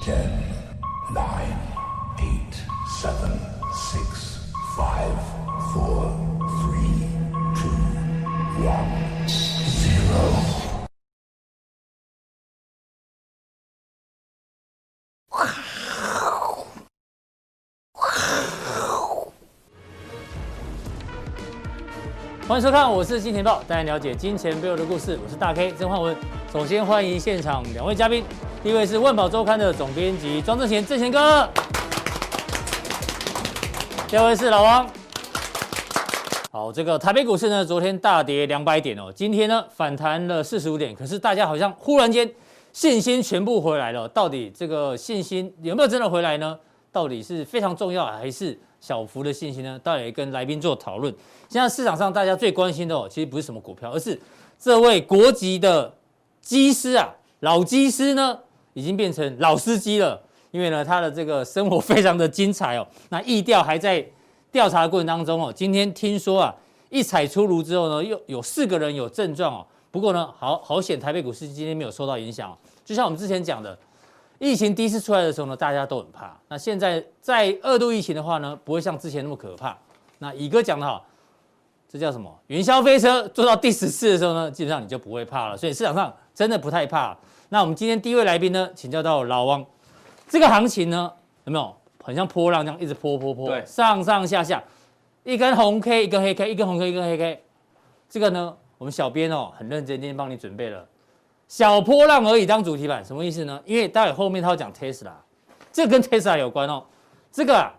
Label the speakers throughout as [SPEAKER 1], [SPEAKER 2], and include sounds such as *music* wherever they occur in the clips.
[SPEAKER 1] Ten, nine, eight, seven, six, five, four, three, two, one, zero.
[SPEAKER 2] 欢迎收看，我是金钱豹，带您了解金钱背后的故事。我是大 K 曾焕文。首先欢迎现场两位嘉宾，第一位是《万宝周刊》的总编辑庄正贤，正贤哥；第二位是老王。好，这个台北股市呢，昨天大跌两百点哦，今天呢反弹了四十五点，可是大家好像忽然间信心全部回来了。到底这个信心有没有真的回来呢？到底是非常重要还是小幅的信心呢？当然也跟来宾做讨论。现在市场上大家最关心的哦，其实不是什么股票，而是这位国籍的机师啊，老机师呢，已经变成老司机了。因为呢，他的这个生活非常的精彩哦。那意调还在调查过程当中哦。今天听说啊，一采出炉之后呢，又有四个人有症状哦。不过呢，好好险，台北股市今天没有受到影响、哦。就像我们之前讲的，疫情第一次出来的时候呢，大家都很怕。那现在在二度疫情的话呢，不会像之前那么可怕。那乙哥讲的好，这叫什么？云霄飞车做到第十次的时候呢，基本上你就不会怕了。所以市场上真的不太怕。那我们今天第一位来宾呢，请教到老汪，这个行情呢，有没有很像波浪这样一直波波波，
[SPEAKER 3] 对
[SPEAKER 2] 上上下下，一根红 K，一根黑 K，一根红 K，一根黑 K。这个呢，我们小编哦很认真，今天帮你准备了小波浪而已当主题版，什么意思呢？因为待会后面他要讲 Tesla，这跟 Tesla 有关哦。这个、啊、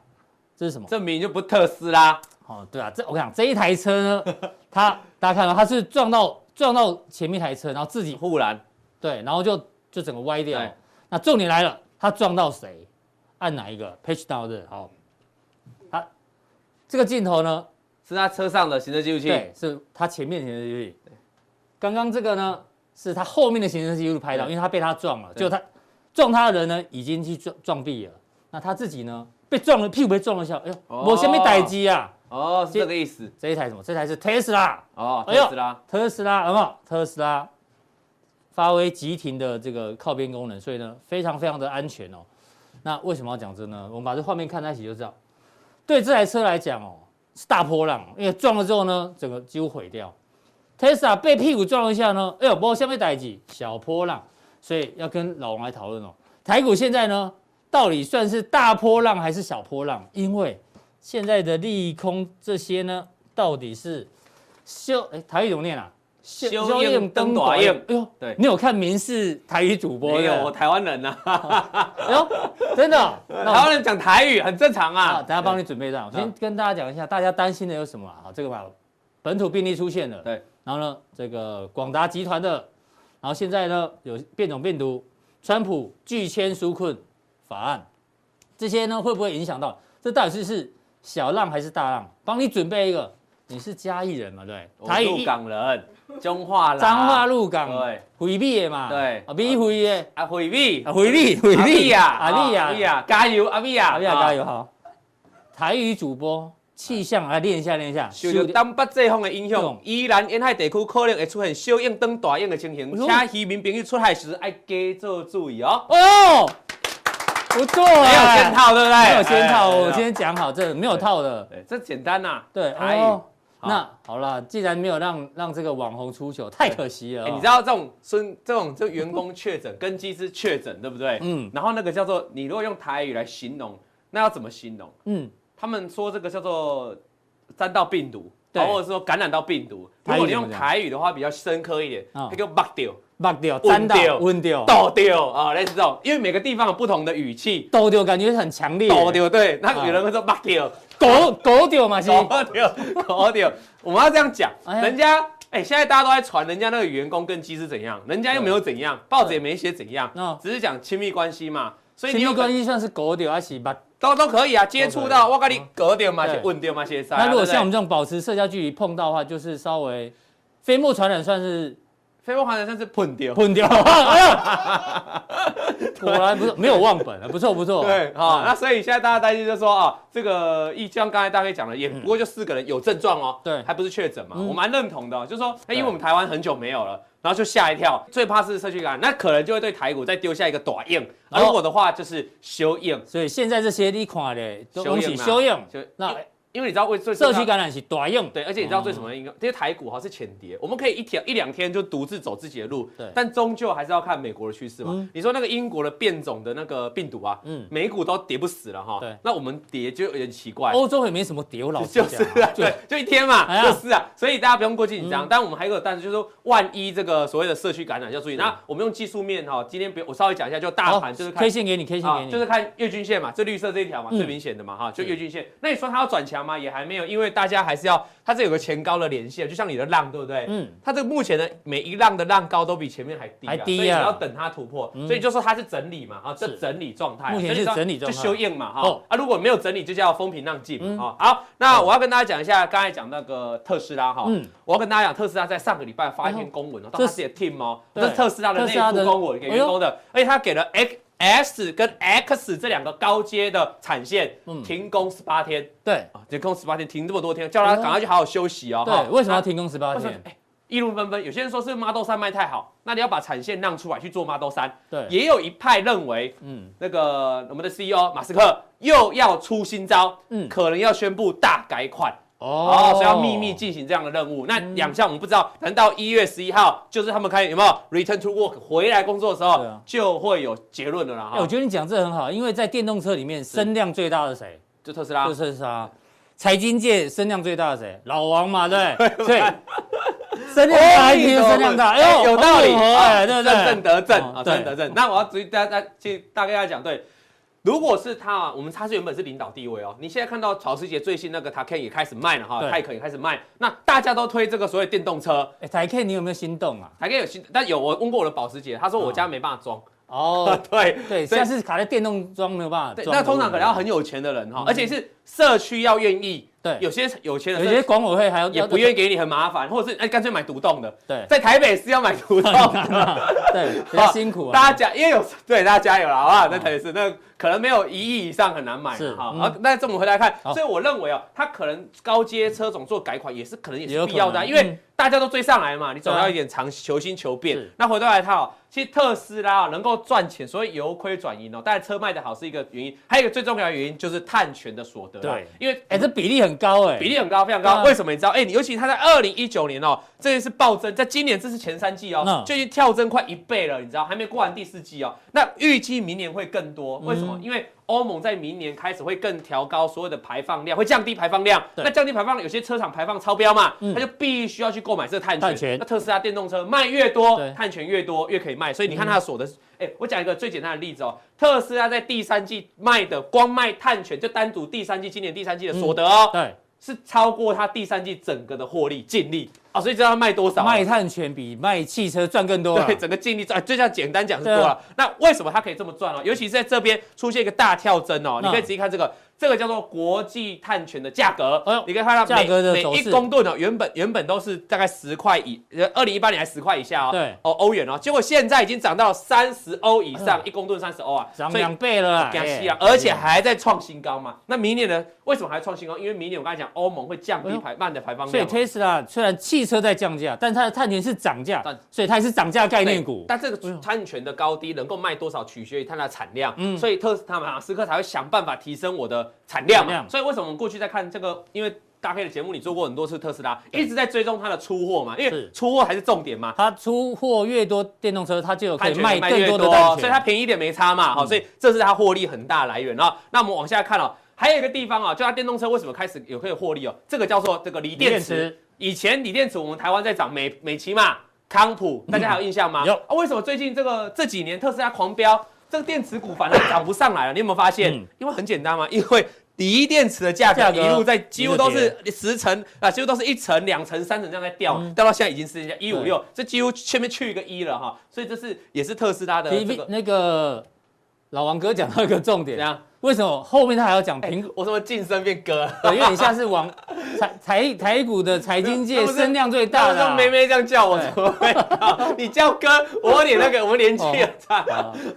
[SPEAKER 2] 这是什么？
[SPEAKER 3] 这明明就不是特斯拉，
[SPEAKER 2] 哦，对啊，这我跟你讲这一台车呢， *laughs* 它大家看到它是撞到撞到前面一台车，然后自己
[SPEAKER 3] 护栏
[SPEAKER 2] 对，然后就就整个歪掉
[SPEAKER 3] 对。
[SPEAKER 2] 那重点来了，它撞到谁？按哪一个？Page down 的好，它这个镜头呢，
[SPEAKER 3] 是他车上的行车记录器
[SPEAKER 2] 对，，是它前面的行车记录器。刚刚这个呢，是它后面的行车记录拍到，
[SPEAKER 3] 对
[SPEAKER 2] 因为它被它撞了，
[SPEAKER 3] 对
[SPEAKER 2] 就它撞它的人呢已经去撞撞壁了，那他自己呢被撞了，屁股被撞了一下，哎呦，
[SPEAKER 3] 哦
[SPEAKER 2] 我先被逮机啊！
[SPEAKER 3] 哦，是这个意思，
[SPEAKER 2] 这一台什么？这台是 Tesla。
[SPEAKER 3] 哦，
[SPEAKER 2] 哎呦
[SPEAKER 3] 特斯拉，
[SPEAKER 2] 特斯拉有没有？特斯拉发挥急停的这个靠边功能，所以呢，非常非常的安全哦。那为什么要讲这呢？我们把这画面看在一起就知道，对这台车来讲哦，是大波浪，因为撞了之后呢，整个几乎毁掉。Tesla 被屁股撞了一下呢，哎呦，不过下面逮几小波浪，所以要跟老王来讨论哦。台股现在呢，到底算是大波浪还是小波浪？因为现在的利空这些呢，到底是修哎台语怎么念啊？修
[SPEAKER 3] 修应登大应
[SPEAKER 2] 哎呦，
[SPEAKER 3] 对
[SPEAKER 2] 你有看民视台语主播
[SPEAKER 3] 没有，
[SPEAKER 2] 的？
[SPEAKER 3] 我台湾人呐，
[SPEAKER 2] 哎呦，真的
[SPEAKER 3] *laughs*
[SPEAKER 2] 哦、那
[SPEAKER 3] 台
[SPEAKER 2] 我
[SPEAKER 3] 湾人讲台语很正常
[SPEAKER 2] 啊，
[SPEAKER 3] 啊。
[SPEAKER 2] 等下帮
[SPEAKER 3] 你，
[SPEAKER 2] 你准备这样。我
[SPEAKER 3] 对
[SPEAKER 2] 先跟大家讲一下，大家担心的有什么啊？好，这个吧，本土病例出现了，
[SPEAKER 3] 对，
[SPEAKER 2] 然后呢，这个广达集团的，然后现在呢有变种病毒，川普拒签纾困法案，这些呢会不会影响到？这到底是是小浪还是大浪？帮你准备一个，你是嘉义人嘛？对不对，
[SPEAKER 3] 我
[SPEAKER 2] 一
[SPEAKER 3] 鹿港人，中化啦，
[SPEAKER 2] 彰化鹿港，
[SPEAKER 3] 对，
[SPEAKER 2] 回避的嘛，
[SPEAKER 3] 对
[SPEAKER 2] 啊，避回的，
[SPEAKER 3] 啊，回避，
[SPEAKER 2] 啊，回避回
[SPEAKER 3] 阿
[SPEAKER 2] 避
[SPEAKER 3] 啊，
[SPEAKER 2] 阿
[SPEAKER 3] 哦
[SPEAKER 2] 利
[SPEAKER 3] 阿
[SPEAKER 2] 啊
[SPEAKER 3] 碧，啊，加油，阿碧啊，
[SPEAKER 2] 阿利亚加
[SPEAKER 3] 啊！
[SPEAKER 2] 油好。台语主播气象来练一下，练一下。
[SPEAKER 3] 受到东北季风的影
[SPEAKER 2] 对
[SPEAKER 3] 响，依然沿海地区可能会出现小应登大应的情形，
[SPEAKER 2] 哎呦
[SPEAKER 3] 请渔民朋友出海时要加做注意哦。
[SPEAKER 2] 哦，不错啊，
[SPEAKER 3] 没有圈，套，对不对？
[SPEAKER 2] 没有先套，
[SPEAKER 3] 哎
[SPEAKER 2] 我今天讲好，这没有套的。
[SPEAKER 3] 对，这简单呐。
[SPEAKER 2] 对，
[SPEAKER 3] 台语
[SPEAKER 2] 哦
[SPEAKER 3] 好
[SPEAKER 2] 那好了，既然没有让让这个网红出糗，太可惜了
[SPEAKER 3] 哎
[SPEAKER 2] 哦。
[SPEAKER 3] 你知道这种孙这种这员工确诊跟机师确诊，对不对？
[SPEAKER 2] 嗯
[SPEAKER 3] 嗯。然后那个叫做你如果用台语来形容，那要怎么形容？
[SPEAKER 2] 嗯，
[SPEAKER 3] 他们说这个叫做沾到病毒，哦
[SPEAKER 2] 对
[SPEAKER 3] 或者说感染到病毒。
[SPEAKER 2] 台语
[SPEAKER 3] 如果你
[SPEAKER 2] 怎
[SPEAKER 3] 用
[SPEAKER 2] 么讲
[SPEAKER 3] 台语的话，比较深刻一点，
[SPEAKER 2] 嗯
[SPEAKER 3] 那个抹掉、
[SPEAKER 2] 抹掉，粘到，
[SPEAKER 3] 稳
[SPEAKER 2] 温掉，
[SPEAKER 3] 倒掉啊，类似这种，因为每个地方有不同的语气。
[SPEAKER 2] 抖掉，感觉很强烈。
[SPEAKER 3] 倒，掉对，那
[SPEAKER 2] 啊
[SPEAKER 3] 有人会说抹掉，
[SPEAKER 2] 狗狗掉嘛是。
[SPEAKER 3] 搞掉，搞掉。我们要这样讲，
[SPEAKER 2] 哎呀
[SPEAKER 3] 人家哎、现在大家都在传人家那个员工跟鸡是怎样，人家又没有怎样，报纸也没写怎样
[SPEAKER 2] 嗯，
[SPEAKER 3] 只是讲亲密关系嘛。所以
[SPEAKER 2] 亲
[SPEAKER 3] 你有
[SPEAKER 2] 密
[SPEAKER 3] 可
[SPEAKER 2] 关系算是狗掉还是把？
[SPEAKER 3] 都都可以啊，接触到我跟你隔掉嘛，
[SPEAKER 2] 对
[SPEAKER 3] 写问掉嘛，写啥？
[SPEAKER 2] 那如果
[SPEAKER 3] 啊对不对
[SPEAKER 2] 像我们这种保持社交距离碰到的话，就是稍微飞沫传染算是
[SPEAKER 3] 飞沫环人算是碰掉，
[SPEAKER 2] 喷掉。哎呦 *laughs* 果然不是没有忘本啊，不错不错。
[SPEAKER 3] 对，好，
[SPEAKER 2] 嗯
[SPEAKER 3] 那所以现在大家担心就说啊，这个疫，就像刚才大飞讲的，也不过就四个人有症状哦，
[SPEAKER 2] 嗯对
[SPEAKER 3] 还不是确诊嘛，
[SPEAKER 2] 嗯
[SPEAKER 3] 我蛮认同的哦，就说，那因
[SPEAKER 2] 对
[SPEAKER 3] 为我们台湾很久没有了，然后就吓一跳，最怕是社区感染，那可能就会对台股再丢下一个短硬，
[SPEAKER 2] 哦
[SPEAKER 3] 而我的话就是修硬，
[SPEAKER 2] 所以现在这些你看嘞，都
[SPEAKER 3] 修
[SPEAKER 2] 东
[SPEAKER 3] 硬
[SPEAKER 2] 西
[SPEAKER 3] 啊
[SPEAKER 2] 修硬，
[SPEAKER 3] 就
[SPEAKER 2] 那
[SPEAKER 3] 因为你知道为最
[SPEAKER 2] 社区感染是大用。
[SPEAKER 3] 对，而且你知道
[SPEAKER 2] 哦
[SPEAKER 3] 最什么应该？这些台股哈是浅碟，我们可以一天一两天就独自走自己的路，
[SPEAKER 2] 对
[SPEAKER 3] 但终究还是要看美国的趋势嘛。
[SPEAKER 2] 嗯
[SPEAKER 3] 你说那个英国的变种的那个病毒啊，
[SPEAKER 2] 嗯
[SPEAKER 3] 美股都跌不死了哈，
[SPEAKER 2] 对
[SPEAKER 3] 那我们跌就有点奇怪。
[SPEAKER 2] 欧洲也没什么屌，老实
[SPEAKER 3] 就
[SPEAKER 2] 讲
[SPEAKER 3] 是 *laughs*
[SPEAKER 2] 啊，
[SPEAKER 3] 啊，对，就一天嘛，
[SPEAKER 2] 哎呀嗯
[SPEAKER 3] 就是啊，所以大家不用过紧张。但我们还有一个，但是就是说万一这个所谓的社区感染要注意。那我们用技术面哈，今天不用我稍微讲一下，就大
[SPEAKER 2] 好
[SPEAKER 3] 盘就是看
[SPEAKER 2] K 线给你，K 线给
[SPEAKER 3] 啊，
[SPEAKER 2] 你，
[SPEAKER 3] 就是看月均线嘛，最绿色这一条嘛，
[SPEAKER 2] 嗯
[SPEAKER 3] 最明显的嘛，哈，就是月均线。那你说它要转强吗？也还没有，因为大家还是要，它这有个前高的连线，就像你的浪，对不对？
[SPEAKER 2] 嗯，
[SPEAKER 3] 它这个目前的每一浪的浪高都比前面还低、啊，
[SPEAKER 2] 还低啊嗯
[SPEAKER 3] 所以你要等它突破，所以就说它是整理嘛，哈，这
[SPEAKER 2] 是
[SPEAKER 3] 整理状态啊，
[SPEAKER 2] 目前是
[SPEAKER 3] 所以你知道
[SPEAKER 2] 整理状态
[SPEAKER 3] 就修硬嘛，哈、
[SPEAKER 2] 哦
[SPEAKER 3] 啊，如果没有整理就叫风平浪静
[SPEAKER 2] 嗯
[SPEAKER 3] 嘛，哈、好，那我要跟大家讲一下，刚才讲那个特斯拉哈，
[SPEAKER 2] 嗯
[SPEAKER 3] 我要跟大家讲，特斯拉在上个礼拜发一篇公文哦，到
[SPEAKER 2] 这
[SPEAKER 3] 他
[SPEAKER 2] 是
[SPEAKER 3] 自己的 team 哦，
[SPEAKER 2] 对
[SPEAKER 3] 这是特斯拉的
[SPEAKER 2] 特斯拉
[SPEAKER 3] 内
[SPEAKER 2] 的哎
[SPEAKER 3] 部公文给员工的，而且他给了 X。S 跟 X 这两个高阶的产线、
[SPEAKER 2] 嗯
[SPEAKER 3] 停工十八天
[SPEAKER 2] 对
[SPEAKER 3] 啊，停工十八天，停这么多天，叫他赶快去好好休息哦。哈
[SPEAKER 2] 哎对，为什么要停工十八
[SPEAKER 3] 为什么
[SPEAKER 2] 天？
[SPEAKER 3] 哎，议论纷纷。有些人说是 Model 三卖太好，那你要把产线让出来去做 Model 三。
[SPEAKER 2] 对，
[SPEAKER 3] 也有一派认为，
[SPEAKER 2] 嗯，
[SPEAKER 3] 那个我们的 CEO 马斯克又要出新招，
[SPEAKER 2] 嗯
[SPEAKER 3] 可能要宣布大改款。
[SPEAKER 2] 哦嗯
[SPEAKER 3] 哦，所以要秘密进行这样的任务。那两项我们不知道，等到一月十一号，就是他们开始有没有 return to work 回来工作的时候，
[SPEAKER 2] 对啊
[SPEAKER 3] 就会有结论了啦。
[SPEAKER 2] 哎，
[SPEAKER 3] 哈、
[SPEAKER 2] 我觉得你讲这很好，因为在电动车里面声量最大的谁？
[SPEAKER 3] 就特斯拉
[SPEAKER 2] 就，是啥？财经界声量最大的谁？老王嘛，对不对？所
[SPEAKER 3] *laughs*
[SPEAKER 2] 以声量
[SPEAKER 3] 哦
[SPEAKER 2] 大，一听就声量大，哎呦，
[SPEAKER 3] 有道理，啊
[SPEAKER 2] 好符合哎，对不对？
[SPEAKER 3] 正正得正
[SPEAKER 2] 哦
[SPEAKER 3] 啊，
[SPEAKER 2] 对
[SPEAKER 3] 正得正。那我要注意大家去大概要讲对。如果是他啊，我们他是原本是领导地位哦。你现在看到曹世杰最新那个 Taken 也开始卖了哈，
[SPEAKER 2] 对
[SPEAKER 3] 泰肯也开始卖，那大家都推这个所谓电动车，
[SPEAKER 2] 哎，台 K，你有没有心动啊？
[SPEAKER 3] 台 K 有新，但有我问过我的保时捷，他说我家没办法装，
[SPEAKER 2] 哦，
[SPEAKER 3] *laughs* 对，
[SPEAKER 2] *laughs* 对，
[SPEAKER 3] 所以
[SPEAKER 2] 现在是卡在电动桩没有办法
[SPEAKER 3] 对，
[SPEAKER 2] 装。
[SPEAKER 3] 那通常可能要很有钱的人哈，而且是社区要愿
[SPEAKER 2] 嗯
[SPEAKER 3] 意，
[SPEAKER 2] 对
[SPEAKER 3] 有些有钱
[SPEAKER 2] 有
[SPEAKER 3] 人
[SPEAKER 2] 些管委会还要
[SPEAKER 3] 也不愿意给你很麻烦，或者是哎干脆买独栋的，
[SPEAKER 2] 对
[SPEAKER 3] 在台北是要买独栋
[SPEAKER 2] 要
[SPEAKER 3] 的。
[SPEAKER 2] *laughs*
[SPEAKER 3] *laughs*
[SPEAKER 2] 对，比较辛苦啊。哦
[SPEAKER 3] 大家加，因为有对大家加油了，好不好？在台北市，那可能没有一亿以上很难买
[SPEAKER 2] 是
[SPEAKER 3] 嘛，好。
[SPEAKER 2] 嗯
[SPEAKER 3] 好，那这我们回来看，
[SPEAKER 2] 好
[SPEAKER 3] 所以我认为哦，它可能高阶车种做改款也是可能也
[SPEAKER 2] 也有
[SPEAKER 3] 是
[SPEAKER 2] 可
[SPEAKER 3] 必要的啊，
[SPEAKER 2] 能
[SPEAKER 3] 因为
[SPEAKER 2] 嗯
[SPEAKER 3] 大家都追上来嘛，你总
[SPEAKER 2] 对啊
[SPEAKER 3] 要一点长求新求变
[SPEAKER 2] 是。
[SPEAKER 3] 那回头来看哦，其实特斯拉啊能够赚钱，所以由亏转盈哦，当然车卖的好是一个原因，还有一个最重要的原因就是碳权的所得啊，
[SPEAKER 2] 对
[SPEAKER 3] 因为
[SPEAKER 2] 哎，这比例很高哎，
[SPEAKER 3] 比例很高，非常
[SPEAKER 2] 对啊
[SPEAKER 3] 高。为什么你知道？哎、你尤其它在二零一九年哦，这是暴增，在今年这是前三季哦
[SPEAKER 2] 嗯，
[SPEAKER 3] 就已经跳增快一倍了，你知道？还没过完第四季哦。那预计明年会更多，
[SPEAKER 2] 嗯
[SPEAKER 3] 为什么？因为欧盟在明年开始会更调高所有的排放量，会降低排放量。
[SPEAKER 2] 对
[SPEAKER 3] 那降低排放量，有些车厂排放超标嘛，
[SPEAKER 2] 嗯
[SPEAKER 3] 它就必须要去购买这个碳权。
[SPEAKER 2] 碳权
[SPEAKER 3] 那特斯拉电动车卖越多
[SPEAKER 2] 对，嗯
[SPEAKER 3] 碳权越多，越可以卖。所以你看它的所得是，哎、我讲一个最简单的例子哦，特斯拉在第三季卖的光卖碳权，就单独第三季今年第三季的
[SPEAKER 2] 嗯
[SPEAKER 3] 所得哦。
[SPEAKER 2] 对，
[SPEAKER 3] 是超过它第三季整个的获利净利啊、所以知道它卖多少啊、
[SPEAKER 2] 卖碳权比卖汽车赚更多啊。
[SPEAKER 3] 对整个净利赚，哎就这样简单讲是
[SPEAKER 2] 对啊
[SPEAKER 3] 多了。那为什么它可以这么赚哦？尤其是在这边出现一个大跳增哦，
[SPEAKER 2] 嗯
[SPEAKER 3] 你可以仔细看这个，这个叫做国际碳权的价格。
[SPEAKER 2] 哎呦
[SPEAKER 3] 你可以看到
[SPEAKER 2] 价
[SPEAKER 3] 每
[SPEAKER 2] 格的
[SPEAKER 3] 每
[SPEAKER 2] 走势
[SPEAKER 3] 一公吨哦，原本原本都是大概十块以，二零一八年还十块以下哦，
[SPEAKER 2] 对
[SPEAKER 3] 哦欧元哦，结果现在已经涨到三十欧以上
[SPEAKER 2] 哎，
[SPEAKER 3] 一公吨三十欧啊，
[SPEAKER 2] 涨
[SPEAKER 3] 所以
[SPEAKER 2] 两倍了啊，
[SPEAKER 3] 加息啊
[SPEAKER 2] 哎，
[SPEAKER 3] 而且还在创新高嘛。那明年呢？为什么还创新高？因为明年我刚才讲，欧盟会降低排慢的排放
[SPEAKER 2] 哎所以
[SPEAKER 3] 量嘛。
[SPEAKER 2] Tesla 虽然汽车在降价，但它的碳权是涨价
[SPEAKER 3] 但，
[SPEAKER 2] 所以它也是涨价概
[SPEAKER 3] 对
[SPEAKER 2] 念股。
[SPEAKER 3] 但这个碳权的高低能够卖多少，取决于它的产量。
[SPEAKER 2] 嗯
[SPEAKER 3] 所以特斯拉马斯克才会想办法提升我的产量
[SPEAKER 2] 产
[SPEAKER 3] 嘛。
[SPEAKER 2] 量
[SPEAKER 3] 所以为什么我们过去在看这个，因为。大 K 的节目你做过很多次特斯拉，一直在追踪它的出货嘛，因为
[SPEAKER 2] 是
[SPEAKER 3] 出货才是重点嘛。
[SPEAKER 2] 它出货越多电动车，它就有可以卖
[SPEAKER 3] 越
[SPEAKER 2] 更多的嗯
[SPEAKER 3] 哦
[SPEAKER 2] 碳
[SPEAKER 3] 所以它
[SPEAKER 2] 权。
[SPEAKER 3] 便宜一点没差嘛，好、所以这是它获利很大的来源啊。那我们往下看哦，还有一个地方啊，就它电动车为什么开始有可以获利哦？这个叫做这个锂
[SPEAKER 2] 锂
[SPEAKER 3] 电池。
[SPEAKER 2] 电池
[SPEAKER 3] 以前锂电池我们台湾在涨美美琪嘛、康普，大家还有印象吗？
[SPEAKER 2] 嗯有
[SPEAKER 3] 啊，为什么最近这个这几年特斯拉狂飙，这个电池股反而涨不上来啊了？你有没有发现？
[SPEAKER 2] 嗯
[SPEAKER 3] 因为很简单嘛，因为锂电池的价格
[SPEAKER 2] 价格
[SPEAKER 3] 一路在几乎都
[SPEAKER 2] 一路
[SPEAKER 3] 是十层啊，几乎都是一层、两层、三层这样在掉，
[SPEAKER 2] 嗯
[SPEAKER 3] 掉到现在已经是一五六，这几乎前面去一个一
[SPEAKER 2] *laughs*
[SPEAKER 3] 了哈，所以这是也是特斯拉的这
[SPEAKER 2] TV
[SPEAKER 3] 个
[SPEAKER 2] 那个老王哥讲到一个重
[SPEAKER 3] 怎
[SPEAKER 2] 点，
[SPEAKER 3] 样？
[SPEAKER 2] 为什么后面他还要讲
[SPEAKER 3] *laughs*
[SPEAKER 2] 苹果？
[SPEAKER 3] 我怎么晋升变哥了？
[SPEAKER 2] 对因为你现在是往 *laughs* 财财台股的财经界
[SPEAKER 3] 那不是
[SPEAKER 2] 声量最大的
[SPEAKER 3] 那
[SPEAKER 2] 啊。
[SPEAKER 3] 梅梅这样叫我
[SPEAKER 2] 对
[SPEAKER 3] 怎么会好？你叫哥，我脸那个，我年纪
[SPEAKER 2] 哦
[SPEAKER 3] 也差。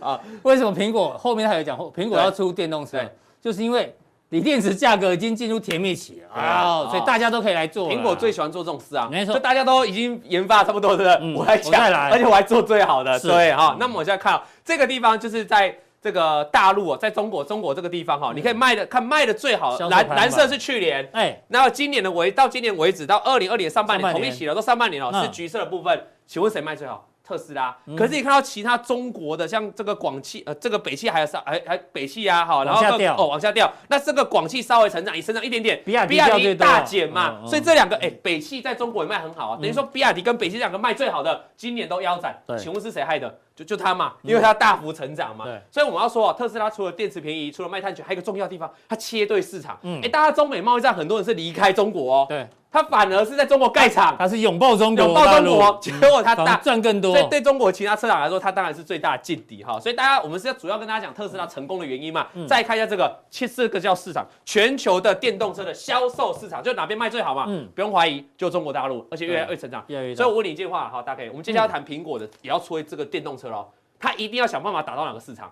[SPEAKER 3] 啊
[SPEAKER 2] 为什么苹果后面还有讲后苹果要出电动车
[SPEAKER 3] 对，
[SPEAKER 2] 就是因为锂电池价格已经进入甜蜜期了
[SPEAKER 3] 对啊
[SPEAKER 2] 啊，所以大家都可以来做了啊。
[SPEAKER 3] 苹果最喜欢做这种事啊，
[SPEAKER 2] 没错
[SPEAKER 3] 就大家都已经研发差不多的，
[SPEAKER 2] 嗯
[SPEAKER 3] 我来
[SPEAKER 2] 我
[SPEAKER 3] 讲
[SPEAKER 2] 再，来
[SPEAKER 3] 而且我还做最好的，
[SPEAKER 2] 是嗯
[SPEAKER 3] 对哈。那么我现在看啊这个地方，就是在这个大陆哦，在中国中国这个地方哈，你可以卖的看卖的最好
[SPEAKER 2] 嗯销，售排
[SPEAKER 3] 蓝
[SPEAKER 2] 行榜
[SPEAKER 3] 蓝色是去年，
[SPEAKER 2] 哎，
[SPEAKER 3] 那今年的为到今年为止，到二零二年上半年
[SPEAKER 2] 上半
[SPEAKER 3] 同
[SPEAKER 2] 年
[SPEAKER 3] 一期了，都上半年了，
[SPEAKER 2] 嗯
[SPEAKER 3] 是橘色的部分。请问谁卖最好？特斯拉。可是你看到其他中国的，像这个广汽，呃，这个北汽还有上，还还北汽啊，哈，然后
[SPEAKER 2] 往下
[SPEAKER 3] 各
[SPEAKER 2] 掉
[SPEAKER 3] 哦往下掉。那这个广汽稍微成长，也成长一点点，
[SPEAKER 2] 比亚迪掉最多
[SPEAKER 3] 大减嘛
[SPEAKER 2] 嗯。嗯
[SPEAKER 3] 所以这两个，哎，北汽在中国也卖很好啊，等于说比亚迪跟北汽这两个卖最好的，今年都腰斩
[SPEAKER 2] 对。嗯
[SPEAKER 3] 请问是谁害的？就就它嘛，因为它大幅成长嘛
[SPEAKER 2] 对。
[SPEAKER 3] 所以我们要说啊，特斯拉除了电池便宜，除了卖碳权，还有一个重要地方，它切对市场。
[SPEAKER 2] 嗯
[SPEAKER 3] 哎，大家中美贸易战，很多人是离开中国哦，
[SPEAKER 2] 对，
[SPEAKER 3] 他反而是在中国盖厂，
[SPEAKER 2] 它是拥抱中国，
[SPEAKER 3] 拥抱
[SPEAKER 2] 嗯大
[SPEAKER 3] 中
[SPEAKER 2] 陆嗯
[SPEAKER 3] 国，结果他
[SPEAKER 2] 反而
[SPEAKER 3] 大。
[SPEAKER 2] 赚更多
[SPEAKER 3] 所以。对中国其他车厂来说，它当然是最大的劲敌哈。所以大家我们是要主要跟大家讲特斯拉成功的原因嘛。
[SPEAKER 2] 嗯
[SPEAKER 3] 再看一下这个，其实这个叫市场，全球的电动车的销售市场，就哪边卖最好嘛？
[SPEAKER 2] 嗯
[SPEAKER 3] 不用怀疑，就中国大陆，而且越来越成长。
[SPEAKER 2] 越来越大
[SPEAKER 3] 所以我问你一句话哈，大 K，我们接下来要谈苹果的，也要出这个电动车喽，它一定要想办法打到哪个市场？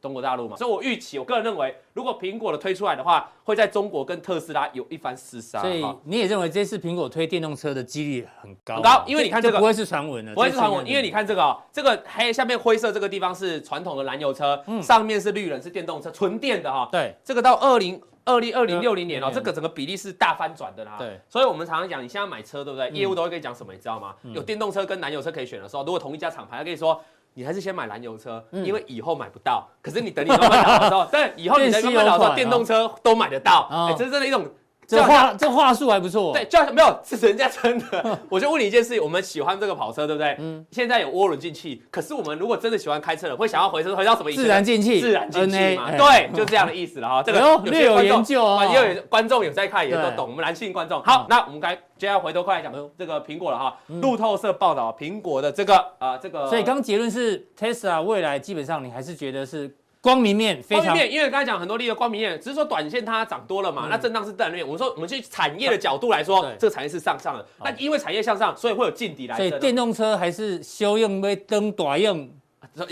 [SPEAKER 3] 中国大陆嘛，所以我预期，我个人认为，如果苹果的推出来的话，会在中国跟特斯拉有一番厮杀。
[SPEAKER 2] 所以
[SPEAKER 3] 哈
[SPEAKER 2] 你也认为这次苹果推电动车的几率很高啊？
[SPEAKER 3] 很高因为你呃看这
[SPEAKER 2] 就
[SPEAKER 3] 个
[SPEAKER 2] 不会是传闻了，
[SPEAKER 3] 不会是传
[SPEAKER 2] 这
[SPEAKER 3] 闻，
[SPEAKER 2] 次
[SPEAKER 3] 因为你看这个、哦，这个黑下面灰色这个地方是传统的燃油车，上面是绿人，是电动车，纯电的哈、哦
[SPEAKER 2] 对
[SPEAKER 3] 这个到二零二零二零六零年哦
[SPEAKER 2] 嗯，
[SPEAKER 3] 这个整个比例是大翻转的啦。
[SPEAKER 2] 对，
[SPEAKER 3] 所以我们常常讲，你现在买车对不对？业务都会跟你讲什么，你知道吗？有电动车跟燃油车可以选的时候，如果同一家厂牌，他跟你说。你还是先买燃油车，因为以后买不到。可是你等你慢慢找的时候，对，以后你等你慢慢找的时候，
[SPEAKER 2] 变稀有款
[SPEAKER 3] 电动车都买得到。
[SPEAKER 2] 哦
[SPEAKER 3] 哎，这是真的一种
[SPEAKER 2] 这话这话术还不错，
[SPEAKER 3] 对，，就好像没有是人家真的。
[SPEAKER 2] *laughs*
[SPEAKER 3] 我就问你一件事情，我们喜欢这个跑车，对不对？嗯。现在有涡轮进气，可是我们如果真的喜欢开车的，会想要回车，回到什么以前
[SPEAKER 2] 自
[SPEAKER 3] 的？
[SPEAKER 2] 然进气，
[SPEAKER 3] 自然进气
[SPEAKER 2] NA
[SPEAKER 3] 嘛，
[SPEAKER 2] 哎
[SPEAKER 3] 对，就这样的意思了哈。这个
[SPEAKER 2] 哎呦
[SPEAKER 3] 些
[SPEAKER 2] 略有
[SPEAKER 3] 观众
[SPEAKER 2] 研究哦
[SPEAKER 3] 哇也有观众有在看，也都
[SPEAKER 2] 对
[SPEAKER 3] 懂。我们男性观众，好
[SPEAKER 2] 嗯，
[SPEAKER 3] 那我们该接下来回头快来讲这个苹果了哈。路透社报道苹果的这个啊这个，
[SPEAKER 2] 所以刚结论是 Tesla 未来基本上你还是觉得是光明面非
[SPEAKER 3] 光明
[SPEAKER 2] 常
[SPEAKER 3] 面，因为刚才讲很多例子，光明面只是说短线它涨多了嘛，那震荡是战略。我们说我们去产业的角度来说
[SPEAKER 2] 嗯对，
[SPEAKER 3] 这个产业是向上的，那因为产业向上，所以会有劲敌来
[SPEAKER 2] 所
[SPEAKER 3] 争
[SPEAKER 2] 以
[SPEAKER 3] 啊。
[SPEAKER 2] 电动车还是修用被灯短用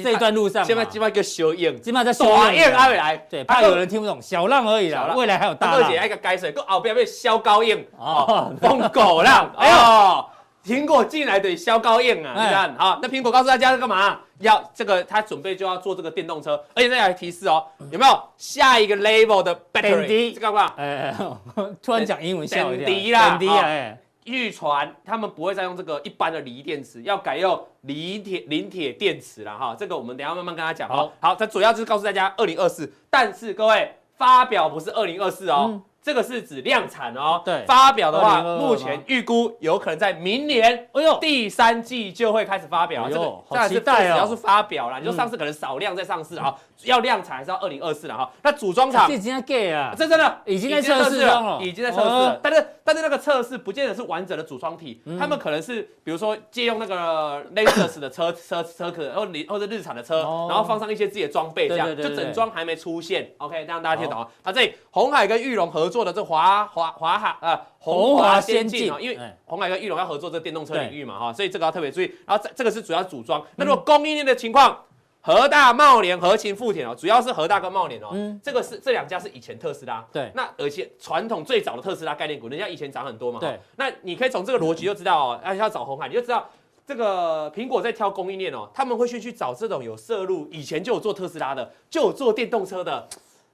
[SPEAKER 2] 这一段路上嘛，
[SPEAKER 3] 啊现在基本上叫修硬，
[SPEAKER 2] 基本上在修
[SPEAKER 3] 短硬
[SPEAKER 2] 用
[SPEAKER 3] 阿未来，
[SPEAKER 2] 对，
[SPEAKER 3] 啊
[SPEAKER 2] 怕有。人听不懂，小浪而已
[SPEAKER 3] 小
[SPEAKER 2] 啦，
[SPEAKER 3] 浪
[SPEAKER 2] 未来还有大
[SPEAKER 3] 大二
[SPEAKER 2] 浪
[SPEAKER 3] 姐。爱个改水，佮后边被削高硬
[SPEAKER 2] 哦
[SPEAKER 3] 哦，疯狗
[SPEAKER 2] *laughs*
[SPEAKER 3] 浪，哎呦，苹果进来的削高硬啊，
[SPEAKER 2] 哎
[SPEAKER 3] 你看啊，那苹果告诉大家要干嘛？要这个，他准备就要做这个电动车，而且这还提示哦，有没有下一个 level 的 battery？
[SPEAKER 2] 电
[SPEAKER 3] 这个好不好？
[SPEAKER 2] 哎，突然讲英文吓我一跳。
[SPEAKER 3] 等低啦
[SPEAKER 2] 等低啊，
[SPEAKER 3] 哦
[SPEAKER 2] 哎，
[SPEAKER 3] 据传他们不会再用这个一般的锂电池，要改用锂铁磷铁电池了哈。这个我们等一下慢慢跟他讲。
[SPEAKER 2] 好，
[SPEAKER 3] 好，它主要就是告诉大家二零二四，但是各位发表不是二零二四哦。
[SPEAKER 2] 嗯
[SPEAKER 3] 这个是指量产哦，
[SPEAKER 2] 对
[SPEAKER 3] 发表的话，
[SPEAKER 2] 2022
[SPEAKER 3] 目前预估有可能在明年
[SPEAKER 2] 哎呦，
[SPEAKER 3] 第三季就会开始发表。啊
[SPEAKER 2] 哎呦
[SPEAKER 3] 这个
[SPEAKER 2] 好
[SPEAKER 3] 当然是
[SPEAKER 2] 期待哦嗯
[SPEAKER 3] 主要是发表啦，你就上市可能少量再上市啊，要量产还是要二零二四了哈。那组装厂
[SPEAKER 2] 这今天 gay 啊，
[SPEAKER 3] 这真的
[SPEAKER 2] 已经在测试中了
[SPEAKER 3] 已经在测试
[SPEAKER 2] 哦嗯
[SPEAKER 3] 了。但是但是那个测试不见得是完整的组装体，他们可能是比如说借用那个 Lexus
[SPEAKER 2] *coughs*
[SPEAKER 3] 的车车车壳，或你或者日产的车，
[SPEAKER 2] 哦
[SPEAKER 3] 然后放上一些自己的装备，这
[SPEAKER 2] 对
[SPEAKER 3] 样
[SPEAKER 2] 对对
[SPEAKER 3] 就
[SPEAKER 2] 对
[SPEAKER 3] 整装还没出现。OK，这样大家听得懂啊？那这里红海跟玉龙合作的这华华华海呃
[SPEAKER 2] 红
[SPEAKER 3] 红
[SPEAKER 2] 华
[SPEAKER 3] 华
[SPEAKER 2] 先
[SPEAKER 3] 先
[SPEAKER 2] 进
[SPEAKER 3] 进啊，因为
[SPEAKER 2] 哎
[SPEAKER 3] 红海跟玉龙要合作这电动车
[SPEAKER 2] 对嗯
[SPEAKER 3] 领域嘛哈，所以这个要特别注意。然后这这个是主要组装，那如果供应链的情况。和大、茂联、和勤、富田哦，主要是和大跟茂联哦，
[SPEAKER 2] 嗯
[SPEAKER 3] 这个是这两家是以前特斯拉，
[SPEAKER 2] 对
[SPEAKER 3] 那而且传统最早的特斯拉概念股，人家以前涨很多嘛，
[SPEAKER 2] 对
[SPEAKER 3] 哈，那你可以从这个逻辑就知道哦，而且要找红海，你就知道这个苹果在挑供应链哦，他们会去去找这种有摄入，以前就有做特斯拉的，就有做电动车的，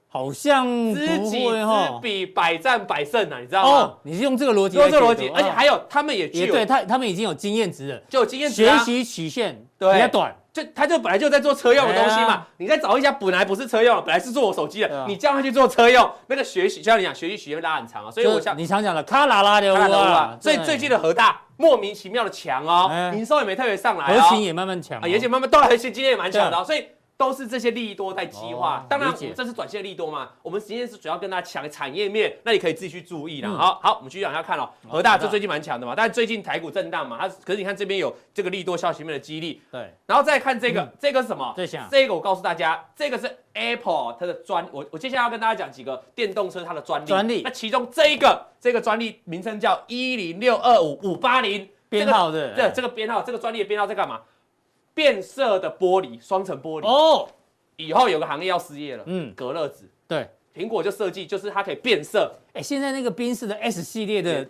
[SPEAKER 2] 好像
[SPEAKER 3] 知
[SPEAKER 2] 嗯不
[SPEAKER 3] 己
[SPEAKER 2] 会
[SPEAKER 3] 知
[SPEAKER 2] 哈。
[SPEAKER 3] 彼，百战百胜啊，你知道吗
[SPEAKER 2] 哦？，你是用这个逻辑来
[SPEAKER 3] 用
[SPEAKER 2] 解
[SPEAKER 3] 这
[SPEAKER 2] 读，
[SPEAKER 3] 个逻辑，而且
[SPEAKER 2] 哦
[SPEAKER 3] 还有他们也具
[SPEAKER 2] 也
[SPEAKER 3] 有
[SPEAKER 2] 对他他们已经有经验值了，
[SPEAKER 3] 就有经验值
[SPEAKER 2] 学
[SPEAKER 3] 啊，
[SPEAKER 2] 习曲线
[SPEAKER 3] 对
[SPEAKER 2] 比较短，
[SPEAKER 3] 就他就本来就在做车用的东西
[SPEAKER 2] 对
[SPEAKER 3] 嘛，
[SPEAKER 2] 啊
[SPEAKER 3] 你再找一家本来不是车用的，本来是做我手机
[SPEAKER 2] 对
[SPEAKER 3] 的，
[SPEAKER 2] 啊
[SPEAKER 3] 你叫他去做车用，那个学习就像你讲，学习时间会拉很长啊，所以我
[SPEAKER 2] 就是
[SPEAKER 3] 想。
[SPEAKER 2] 你常讲的卡拉拉的
[SPEAKER 3] 看得啊
[SPEAKER 2] 哇，，
[SPEAKER 3] 所以最近的和大莫名其妙的强哦
[SPEAKER 2] 哎，
[SPEAKER 3] 营收也没特别上来
[SPEAKER 2] 核
[SPEAKER 3] 哦
[SPEAKER 2] 情，也慢慢强哦，
[SPEAKER 3] 啊，也且慢慢到来，其实今天也蛮强的哦，所以都是这些利多在激化。
[SPEAKER 2] 哦
[SPEAKER 3] 当然，
[SPEAKER 2] 理
[SPEAKER 3] 我
[SPEAKER 2] 解
[SPEAKER 3] 们这是短线利多嘛，我们今天是主要跟大家讲产业面，那你可以自己去注意啦。
[SPEAKER 2] 嗯
[SPEAKER 3] 好好，我们继续往下看哦。
[SPEAKER 2] 好
[SPEAKER 3] 和大
[SPEAKER 2] 恒大
[SPEAKER 3] 这最近蛮强的嘛，但是最近台股震荡嘛，它可是你看这边有这个利多消息面的激励，
[SPEAKER 2] 对，
[SPEAKER 3] 然后再看这个，
[SPEAKER 2] 嗯
[SPEAKER 3] 这个是什么？
[SPEAKER 2] 这项
[SPEAKER 3] 这个我告诉大家，这个是 Apple 它的专，我我接下来要跟大家讲几个电动车它的专利。
[SPEAKER 2] 专利
[SPEAKER 3] 那其中这一个这个专利名称叫一零六二五五八零
[SPEAKER 2] 编。号的
[SPEAKER 3] 这个对，这个编号，这个专利的编号在干嘛？变色的玻璃，双层玻璃。
[SPEAKER 2] 哦，
[SPEAKER 3] 以后有个行业要失业了，
[SPEAKER 2] 嗯
[SPEAKER 3] 隔热纸。
[SPEAKER 2] 对，
[SPEAKER 3] 苹果就设计，就是它可以变色，
[SPEAKER 2] 哎，现在那个宾士的 S 系列的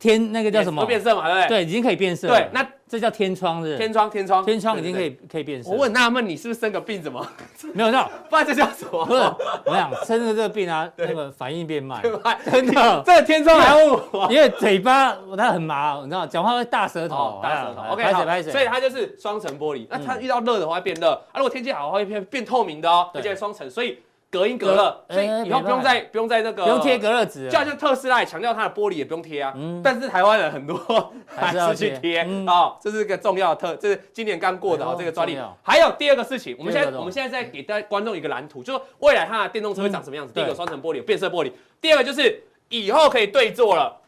[SPEAKER 2] 天那个叫什么
[SPEAKER 3] 都？变色嘛，对不对？
[SPEAKER 2] 对，已经可以变色了。
[SPEAKER 3] 对，那
[SPEAKER 2] 这叫天窗是不是
[SPEAKER 3] 天窗天窗
[SPEAKER 2] 天窗已经可。
[SPEAKER 3] 对
[SPEAKER 2] 以
[SPEAKER 3] 对对
[SPEAKER 2] 可以变色。
[SPEAKER 3] 我问纳闷，你是不是生个病？怎么？ *laughs*
[SPEAKER 2] 没有到，
[SPEAKER 3] 不然这叫什么？
[SPEAKER 2] 不是，我想生了这个病
[SPEAKER 3] *laughs*
[SPEAKER 2] 啊，那个反应变慢，
[SPEAKER 3] 对吧？
[SPEAKER 2] 真的，
[SPEAKER 3] 这个天窗还问我。
[SPEAKER 2] 因为嘴巴它很麻，你知道，讲话会大舌头
[SPEAKER 3] 哦，，大舌头
[SPEAKER 2] 哎
[SPEAKER 3] ，OK，
[SPEAKER 2] 拍
[SPEAKER 3] *laughs* 好
[SPEAKER 2] 水拍水，
[SPEAKER 3] 所以它就是双层玻璃。那它
[SPEAKER 2] 嗯
[SPEAKER 3] 遇到热的话会变热，啊，如果天气好的话会变变透明的哦，
[SPEAKER 2] 对
[SPEAKER 3] 而且双层，所以隔音隔热，
[SPEAKER 2] 隔
[SPEAKER 3] 所以
[SPEAKER 2] 哎
[SPEAKER 3] 以后
[SPEAKER 2] 没办法
[SPEAKER 3] 不用再不用再那个
[SPEAKER 2] 不用贴隔热纸了，
[SPEAKER 3] 就好像特斯拉也强调它的玻璃也不用贴啊，
[SPEAKER 2] 啊嗯
[SPEAKER 3] 但是台湾人很多 *laughs*
[SPEAKER 2] 还
[SPEAKER 3] 还
[SPEAKER 2] 是要
[SPEAKER 3] 是去
[SPEAKER 2] 贴
[SPEAKER 3] 贴
[SPEAKER 2] 嗯
[SPEAKER 3] 哦，这是个重要的特，这是今年刚过的
[SPEAKER 2] 哎
[SPEAKER 3] 哦
[SPEAKER 2] 呦，
[SPEAKER 3] 这个专利
[SPEAKER 2] 重要。
[SPEAKER 3] 还有第二个事情，我们
[SPEAKER 2] 第二
[SPEAKER 3] 现
[SPEAKER 2] 个
[SPEAKER 3] 在
[SPEAKER 2] 是
[SPEAKER 3] 我们
[SPEAKER 2] 什
[SPEAKER 3] 现在在给大家观众一个蓝图，就是未来它的电动车会长什么样子。第一个
[SPEAKER 2] 嗯对
[SPEAKER 3] 双层玻璃，有变色玻璃；第二个就是以后可以对坐了。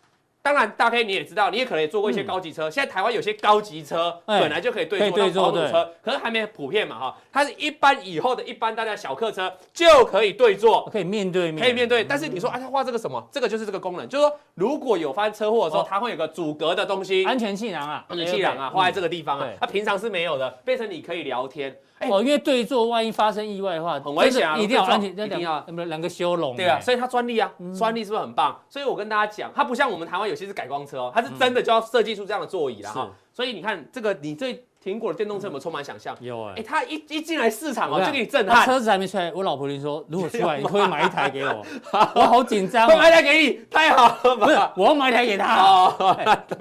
[SPEAKER 3] 当然，大 K 你也知道，你也可能也坐过一些
[SPEAKER 2] 嗯
[SPEAKER 3] 高级车。现在台湾有些高级车
[SPEAKER 2] 哎
[SPEAKER 3] 本来就可以对
[SPEAKER 2] 可以
[SPEAKER 3] 坐
[SPEAKER 2] 对
[SPEAKER 3] 当
[SPEAKER 2] 坐
[SPEAKER 3] 保姆车，可是还没普遍嘛哈。它是一般以后的一般大家小客车就可以对坐，
[SPEAKER 2] 可以面对面，
[SPEAKER 3] 可以面对。但是你说啊，他画这个什么？这个就是这个功能，就是说如果有发生车祸的时候，
[SPEAKER 2] 哦
[SPEAKER 3] 它会有个阻隔的东西，
[SPEAKER 2] 安全气囊啊，
[SPEAKER 3] 安全气囊啊，
[SPEAKER 2] 嗯
[SPEAKER 3] 画在这个地方啊
[SPEAKER 2] 对，
[SPEAKER 3] 它平常是没有的，变成你可以聊天。哎，
[SPEAKER 2] 哦，因为对坐万一发生意外的话，
[SPEAKER 3] 很危险啊
[SPEAKER 2] 真的一定要有安
[SPEAKER 3] 一
[SPEAKER 2] 全，
[SPEAKER 3] 定
[SPEAKER 2] 两
[SPEAKER 3] 要
[SPEAKER 2] 两两个修容，
[SPEAKER 3] 对啊，
[SPEAKER 2] 哎
[SPEAKER 3] 所以它专利啊，专利是不是很棒？所以我跟大家讲，它不像我们台湾有些是改光车哦，它是真的就要设计出这样的座椅啦哈。所以你看这个，你对苹果的电动车有没有充满想象？
[SPEAKER 2] 有哎
[SPEAKER 3] 哎，。它一一进来市场
[SPEAKER 2] 我
[SPEAKER 3] 哦，
[SPEAKER 2] 跟
[SPEAKER 3] 就
[SPEAKER 2] 你
[SPEAKER 3] 给你
[SPEAKER 2] 讲
[SPEAKER 3] 震
[SPEAKER 2] 他
[SPEAKER 3] 撼，哎
[SPEAKER 2] 车子还没出来，我老婆就说：“如果出来，你可不可以买一台给
[SPEAKER 3] *laughs*
[SPEAKER 2] 我，我好紧张
[SPEAKER 3] 快
[SPEAKER 2] 哦。
[SPEAKER 3] 买来给你，太好了
[SPEAKER 2] 不是
[SPEAKER 3] 吧？，
[SPEAKER 2] 我要买一台给他，
[SPEAKER 3] 哦，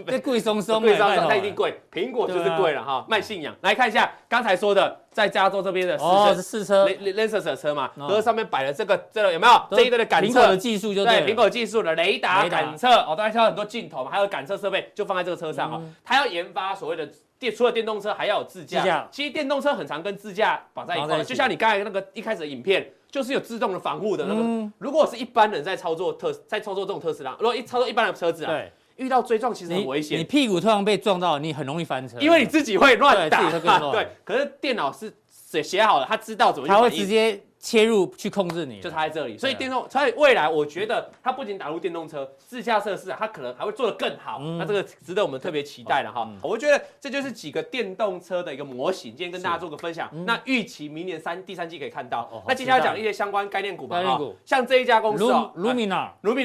[SPEAKER 2] 这贵松松的，啊
[SPEAKER 3] 贵上
[SPEAKER 2] 拜托
[SPEAKER 3] 它一定贵，苹果就是贵了哈，卖信仰。来看一下刚才说的，在加州这边的
[SPEAKER 2] 哦，是
[SPEAKER 3] 试
[SPEAKER 2] 试车，
[SPEAKER 3] 车雷雷 Lexus 的车嘛，
[SPEAKER 2] 哦
[SPEAKER 3] 然后上面摆了这个这个有没有这一堆的感
[SPEAKER 2] 苹果的
[SPEAKER 3] 测？
[SPEAKER 2] 技术就
[SPEAKER 3] 对
[SPEAKER 2] 对了，
[SPEAKER 3] 苹果技术的雷达
[SPEAKER 2] 雷达
[SPEAKER 3] 感测，哦，大家看到很多镜头嘛，还有感测设备就放在这个车上哦。它要研发所谓的电，除了电动车，还要有自
[SPEAKER 2] 嗯自驾
[SPEAKER 3] 驾。其实电动车很常跟自驾绑在一
[SPEAKER 2] 绑
[SPEAKER 3] 块
[SPEAKER 2] 在一
[SPEAKER 3] 儿，
[SPEAKER 2] 起
[SPEAKER 3] 就像你刚才那个一开始的影片，就是有自动的防护的那
[SPEAKER 2] 嗯
[SPEAKER 3] 个。如果是一般人在操作特在操作这种特斯拉，如果一操作一般的车子啊，
[SPEAKER 2] 对，
[SPEAKER 3] 遇到追撞其实
[SPEAKER 2] 你
[SPEAKER 3] 很危险
[SPEAKER 2] 你。屁股突然被撞到，你很容易翻车，
[SPEAKER 3] 因为你自己会乱打，
[SPEAKER 2] 对自己会更乱
[SPEAKER 3] *laughs* 对，可是电脑是写写好了，它知道怎么去
[SPEAKER 2] 它会
[SPEAKER 3] 反应
[SPEAKER 2] 直接切入去控制你，
[SPEAKER 3] 就它在这里，所以
[SPEAKER 2] 对啊
[SPEAKER 3] 电动，所以未来我觉得它不仅打入电动车自驾车市场，它可能还会做得更好。
[SPEAKER 2] 嗯
[SPEAKER 3] 那这个值得我们特别期待了哈。我觉得这就是几个电动车的一个模型，今天跟大家做个分享。那预期明年三第三季可以看到。
[SPEAKER 2] 嗯哦好
[SPEAKER 3] 那接下来
[SPEAKER 2] 期待
[SPEAKER 3] 讲一些相关概念股吧
[SPEAKER 2] 概念
[SPEAKER 3] 哈
[SPEAKER 2] 股，
[SPEAKER 3] 像这一家公司哦
[SPEAKER 2] Lum-，，Lumina
[SPEAKER 3] 卢米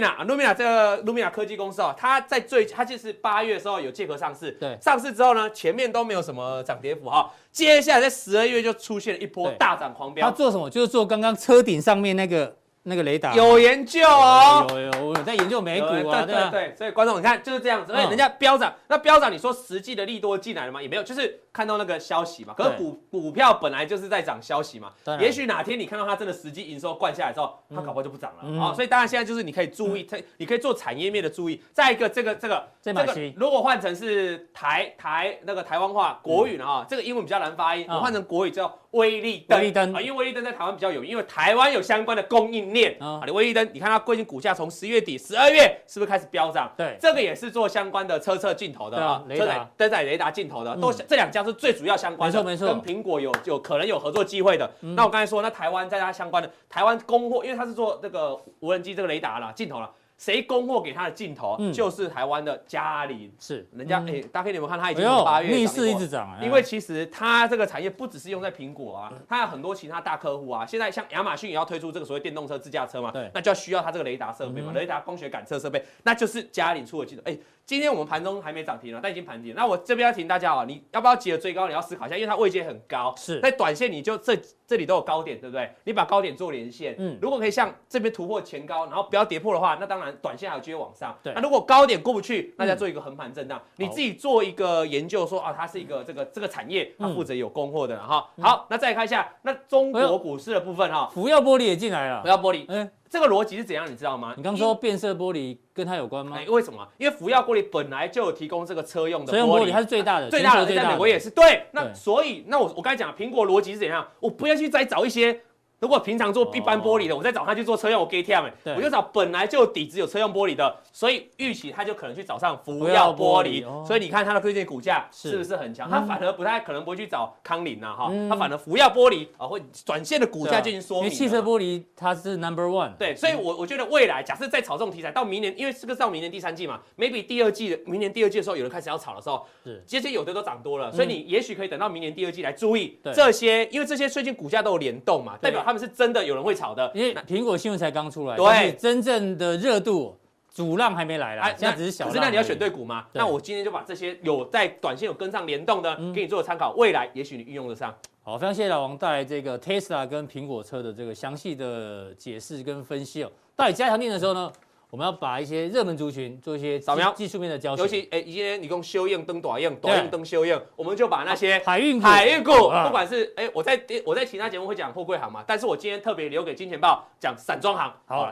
[SPEAKER 3] 娜，卢米娜这个卢米娜科技公司哦，它在最它就是八月的时候有借壳上市，
[SPEAKER 2] 对
[SPEAKER 3] 上市之后呢，前面都没有什么涨跌幅哈、接下来在十二月就出现了一波
[SPEAKER 2] 对
[SPEAKER 3] 大涨狂
[SPEAKER 2] 它
[SPEAKER 3] 飙，
[SPEAKER 2] 做什么？就是做刚刚车顶上面那个那个雷达，
[SPEAKER 3] 有研究哦。
[SPEAKER 2] 有有，我有在研究美股啊，
[SPEAKER 3] 有对对
[SPEAKER 2] 吧？
[SPEAKER 3] 对，所以观众你看就是这样子，
[SPEAKER 2] 嗯
[SPEAKER 3] 而且人家飙涨，那飙涨你说实际的利多进来了吗？也没有，就是看到那个消息嘛。可是
[SPEAKER 2] 对
[SPEAKER 3] 股股票本来就是在涨消息嘛
[SPEAKER 2] 当，然
[SPEAKER 3] 也许哪天你看到它真的实际营收灌下来之后，它搞不好就不涨了啊、
[SPEAKER 2] 嗯
[SPEAKER 3] 哦所以当然现在就是你可以注意，它你可以做产业面的注意。再一个，这个这个
[SPEAKER 2] 这把
[SPEAKER 3] 个
[SPEAKER 2] 戏，
[SPEAKER 3] 如果换成是台台那个台湾话国语呢哈、这个英文比较难发音，
[SPEAKER 2] 嗯
[SPEAKER 3] 我换成国语叫威力灯。
[SPEAKER 2] 威力灯
[SPEAKER 3] 啊，因为威力灯在台湾比较有名，因为台湾有相关的供应链
[SPEAKER 2] 嗯
[SPEAKER 3] 啊。你威力灯，你看它最近股价从十月底、十二月是不是开始飙涨？
[SPEAKER 2] 对
[SPEAKER 3] 这个也是做相关的车侧镜头的
[SPEAKER 2] 对啊
[SPEAKER 3] 啊，
[SPEAKER 2] 雷
[SPEAKER 3] 车
[SPEAKER 2] 达
[SPEAKER 3] 载车载雷达镜头的，都
[SPEAKER 2] 嗯
[SPEAKER 3] 这两家是最主要相关
[SPEAKER 2] 没
[SPEAKER 3] 的，
[SPEAKER 2] 错没嗯错
[SPEAKER 3] 跟苹果有有可能有合作机会的。那我刚才说，那台湾在它相关的台湾供货，因为它是做这个无人机这个雷达啦镜头啦，谁供货给它的镜头
[SPEAKER 2] 嗯
[SPEAKER 3] 就是台湾的嘉陵。
[SPEAKER 2] 是
[SPEAKER 3] 人家
[SPEAKER 2] 嗯
[SPEAKER 3] 哎，大家有没有看？它已
[SPEAKER 2] 哎
[SPEAKER 3] 经从八
[SPEAKER 2] 呦，
[SPEAKER 3] 月
[SPEAKER 2] 逆
[SPEAKER 3] 涨
[SPEAKER 2] 势
[SPEAKER 3] 一
[SPEAKER 2] 一
[SPEAKER 3] 波
[SPEAKER 2] 直涨，哎
[SPEAKER 3] 因为其实它这个产业不只是用在苹果
[SPEAKER 2] 嗯
[SPEAKER 3] 啊，它有很多其他大客户啊。现在像亚马逊也要推出这个所谓电动车自驾车嘛
[SPEAKER 2] 对，嗯
[SPEAKER 3] 那就要需要它这个雷达设备嘛，雷达光学感测设备，那就是嘉里出的技术。哎，今天我们盘中还没涨停啊，但已经盘停了。那我这边要提醒大家啊，你要不要急着追高？你要思考一下，因为它位阶很高，
[SPEAKER 2] 是
[SPEAKER 3] 在短线你就这这里都有高点，对不对？你把高点做连线，
[SPEAKER 2] 嗯
[SPEAKER 3] 嗯，如果可以像这边突破前高，然后不要跌破的话，那当然短线还有机会往上。
[SPEAKER 2] 对嗯
[SPEAKER 3] 那如果高点过不去，那再做一个横盘震荡。你自己做一个研究说啊，它是一个这个这个产业，它
[SPEAKER 2] 嗯
[SPEAKER 3] 负责有供货的哈。好，那再来看一下那中
[SPEAKER 2] 哎呦
[SPEAKER 3] 国股市的部分哈，
[SPEAKER 2] 福耀玻璃也进来了
[SPEAKER 3] 不，要玻璃。
[SPEAKER 2] 哎，
[SPEAKER 3] 这个逻辑是怎样，你知道吗？
[SPEAKER 2] 你刚说变色玻璃跟它有关吗
[SPEAKER 3] 哎，？为什么？因为福耀玻璃本来就有提供这个车用的
[SPEAKER 2] 所以玻
[SPEAKER 3] 玻
[SPEAKER 2] 璃它是最大的，
[SPEAKER 3] 最
[SPEAKER 2] 全
[SPEAKER 3] 大
[SPEAKER 2] 球
[SPEAKER 3] 的，
[SPEAKER 2] 最
[SPEAKER 3] 在
[SPEAKER 2] 大
[SPEAKER 3] 美
[SPEAKER 2] 的
[SPEAKER 3] 国也是对。那
[SPEAKER 2] 对
[SPEAKER 3] 所以，那我我刚才讲，苹果逻辑是怎样？我不要去再找一些，如果平常做一般玻璃的，我再找他去做车用，我 get 他们
[SPEAKER 2] 对，
[SPEAKER 3] 啊我就找本来就有底子有车用玻璃的，所以预期他就可能去找上福
[SPEAKER 2] 耀
[SPEAKER 3] 耀
[SPEAKER 2] 玻
[SPEAKER 3] 玻
[SPEAKER 2] 璃
[SPEAKER 3] 璃
[SPEAKER 2] 哦。
[SPEAKER 3] 所以你看它的最近股价
[SPEAKER 2] 是
[SPEAKER 3] 是不是很强？它反而不太可能不会去找康林呐哈
[SPEAKER 2] 嗯，
[SPEAKER 3] 它反而福耀玻璃啊会短线的股
[SPEAKER 2] 对
[SPEAKER 3] 价
[SPEAKER 2] 啊
[SPEAKER 3] 进行说
[SPEAKER 2] 因为
[SPEAKER 3] 明了嘛。
[SPEAKER 2] 汽车玻璃它是 number one，
[SPEAKER 3] 对，所以我，我觉得未来假设再炒这种题材，到明年，因为这个是到明年第三季嘛，maybe 第二季的明年第二季的时候，有人开始要炒的时候
[SPEAKER 2] 是，嗯
[SPEAKER 3] 这些有的都涨多了，所以你也许可以等到明年第二季来注意
[SPEAKER 2] 对
[SPEAKER 3] 这些，因为这些最近股价都有联动嘛，代表他们是真的有人会炒的。
[SPEAKER 2] 因为苹果新闻才刚出来，
[SPEAKER 3] 对
[SPEAKER 2] 但是真正的热度主浪还没来啦，啊现在
[SPEAKER 3] 哎那
[SPEAKER 2] 只是小浪
[SPEAKER 3] 可
[SPEAKER 2] 而已。
[SPEAKER 3] 是那你要选对股嘛？
[SPEAKER 2] 对
[SPEAKER 3] 那我今天就把这些有在短线有跟上联动的
[SPEAKER 2] 嗯，
[SPEAKER 3] 给你做参考，未来也许你运用得上。
[SPEAKER 2] 好，非常谢谢老王带来这个 Tesla 跟苹果车的这个详细的解释跟分析哦。到底加强定的时候呢，我们要把一些热门族群做一些
[SPEAKER 3] 扫描
[SPEAKER 2] 技技术面的教学，
[SPEAKER 3] 尤其诶，今天你用修验灯短用，短
[SPEAKER 2] 对
[SPEAKER 3] 用灯修验，我们就把那些
[SPEAKER 2] 海运股
[SPEAKER 3] 海运股，
[SPEAKER 2] 啊
[SPEAKER 3] 不管是哎，我在我在其他节目会讲货柜行嘛，但是我今天特别留给金钱豹讲散装行。
[SPEAKER 2] 好，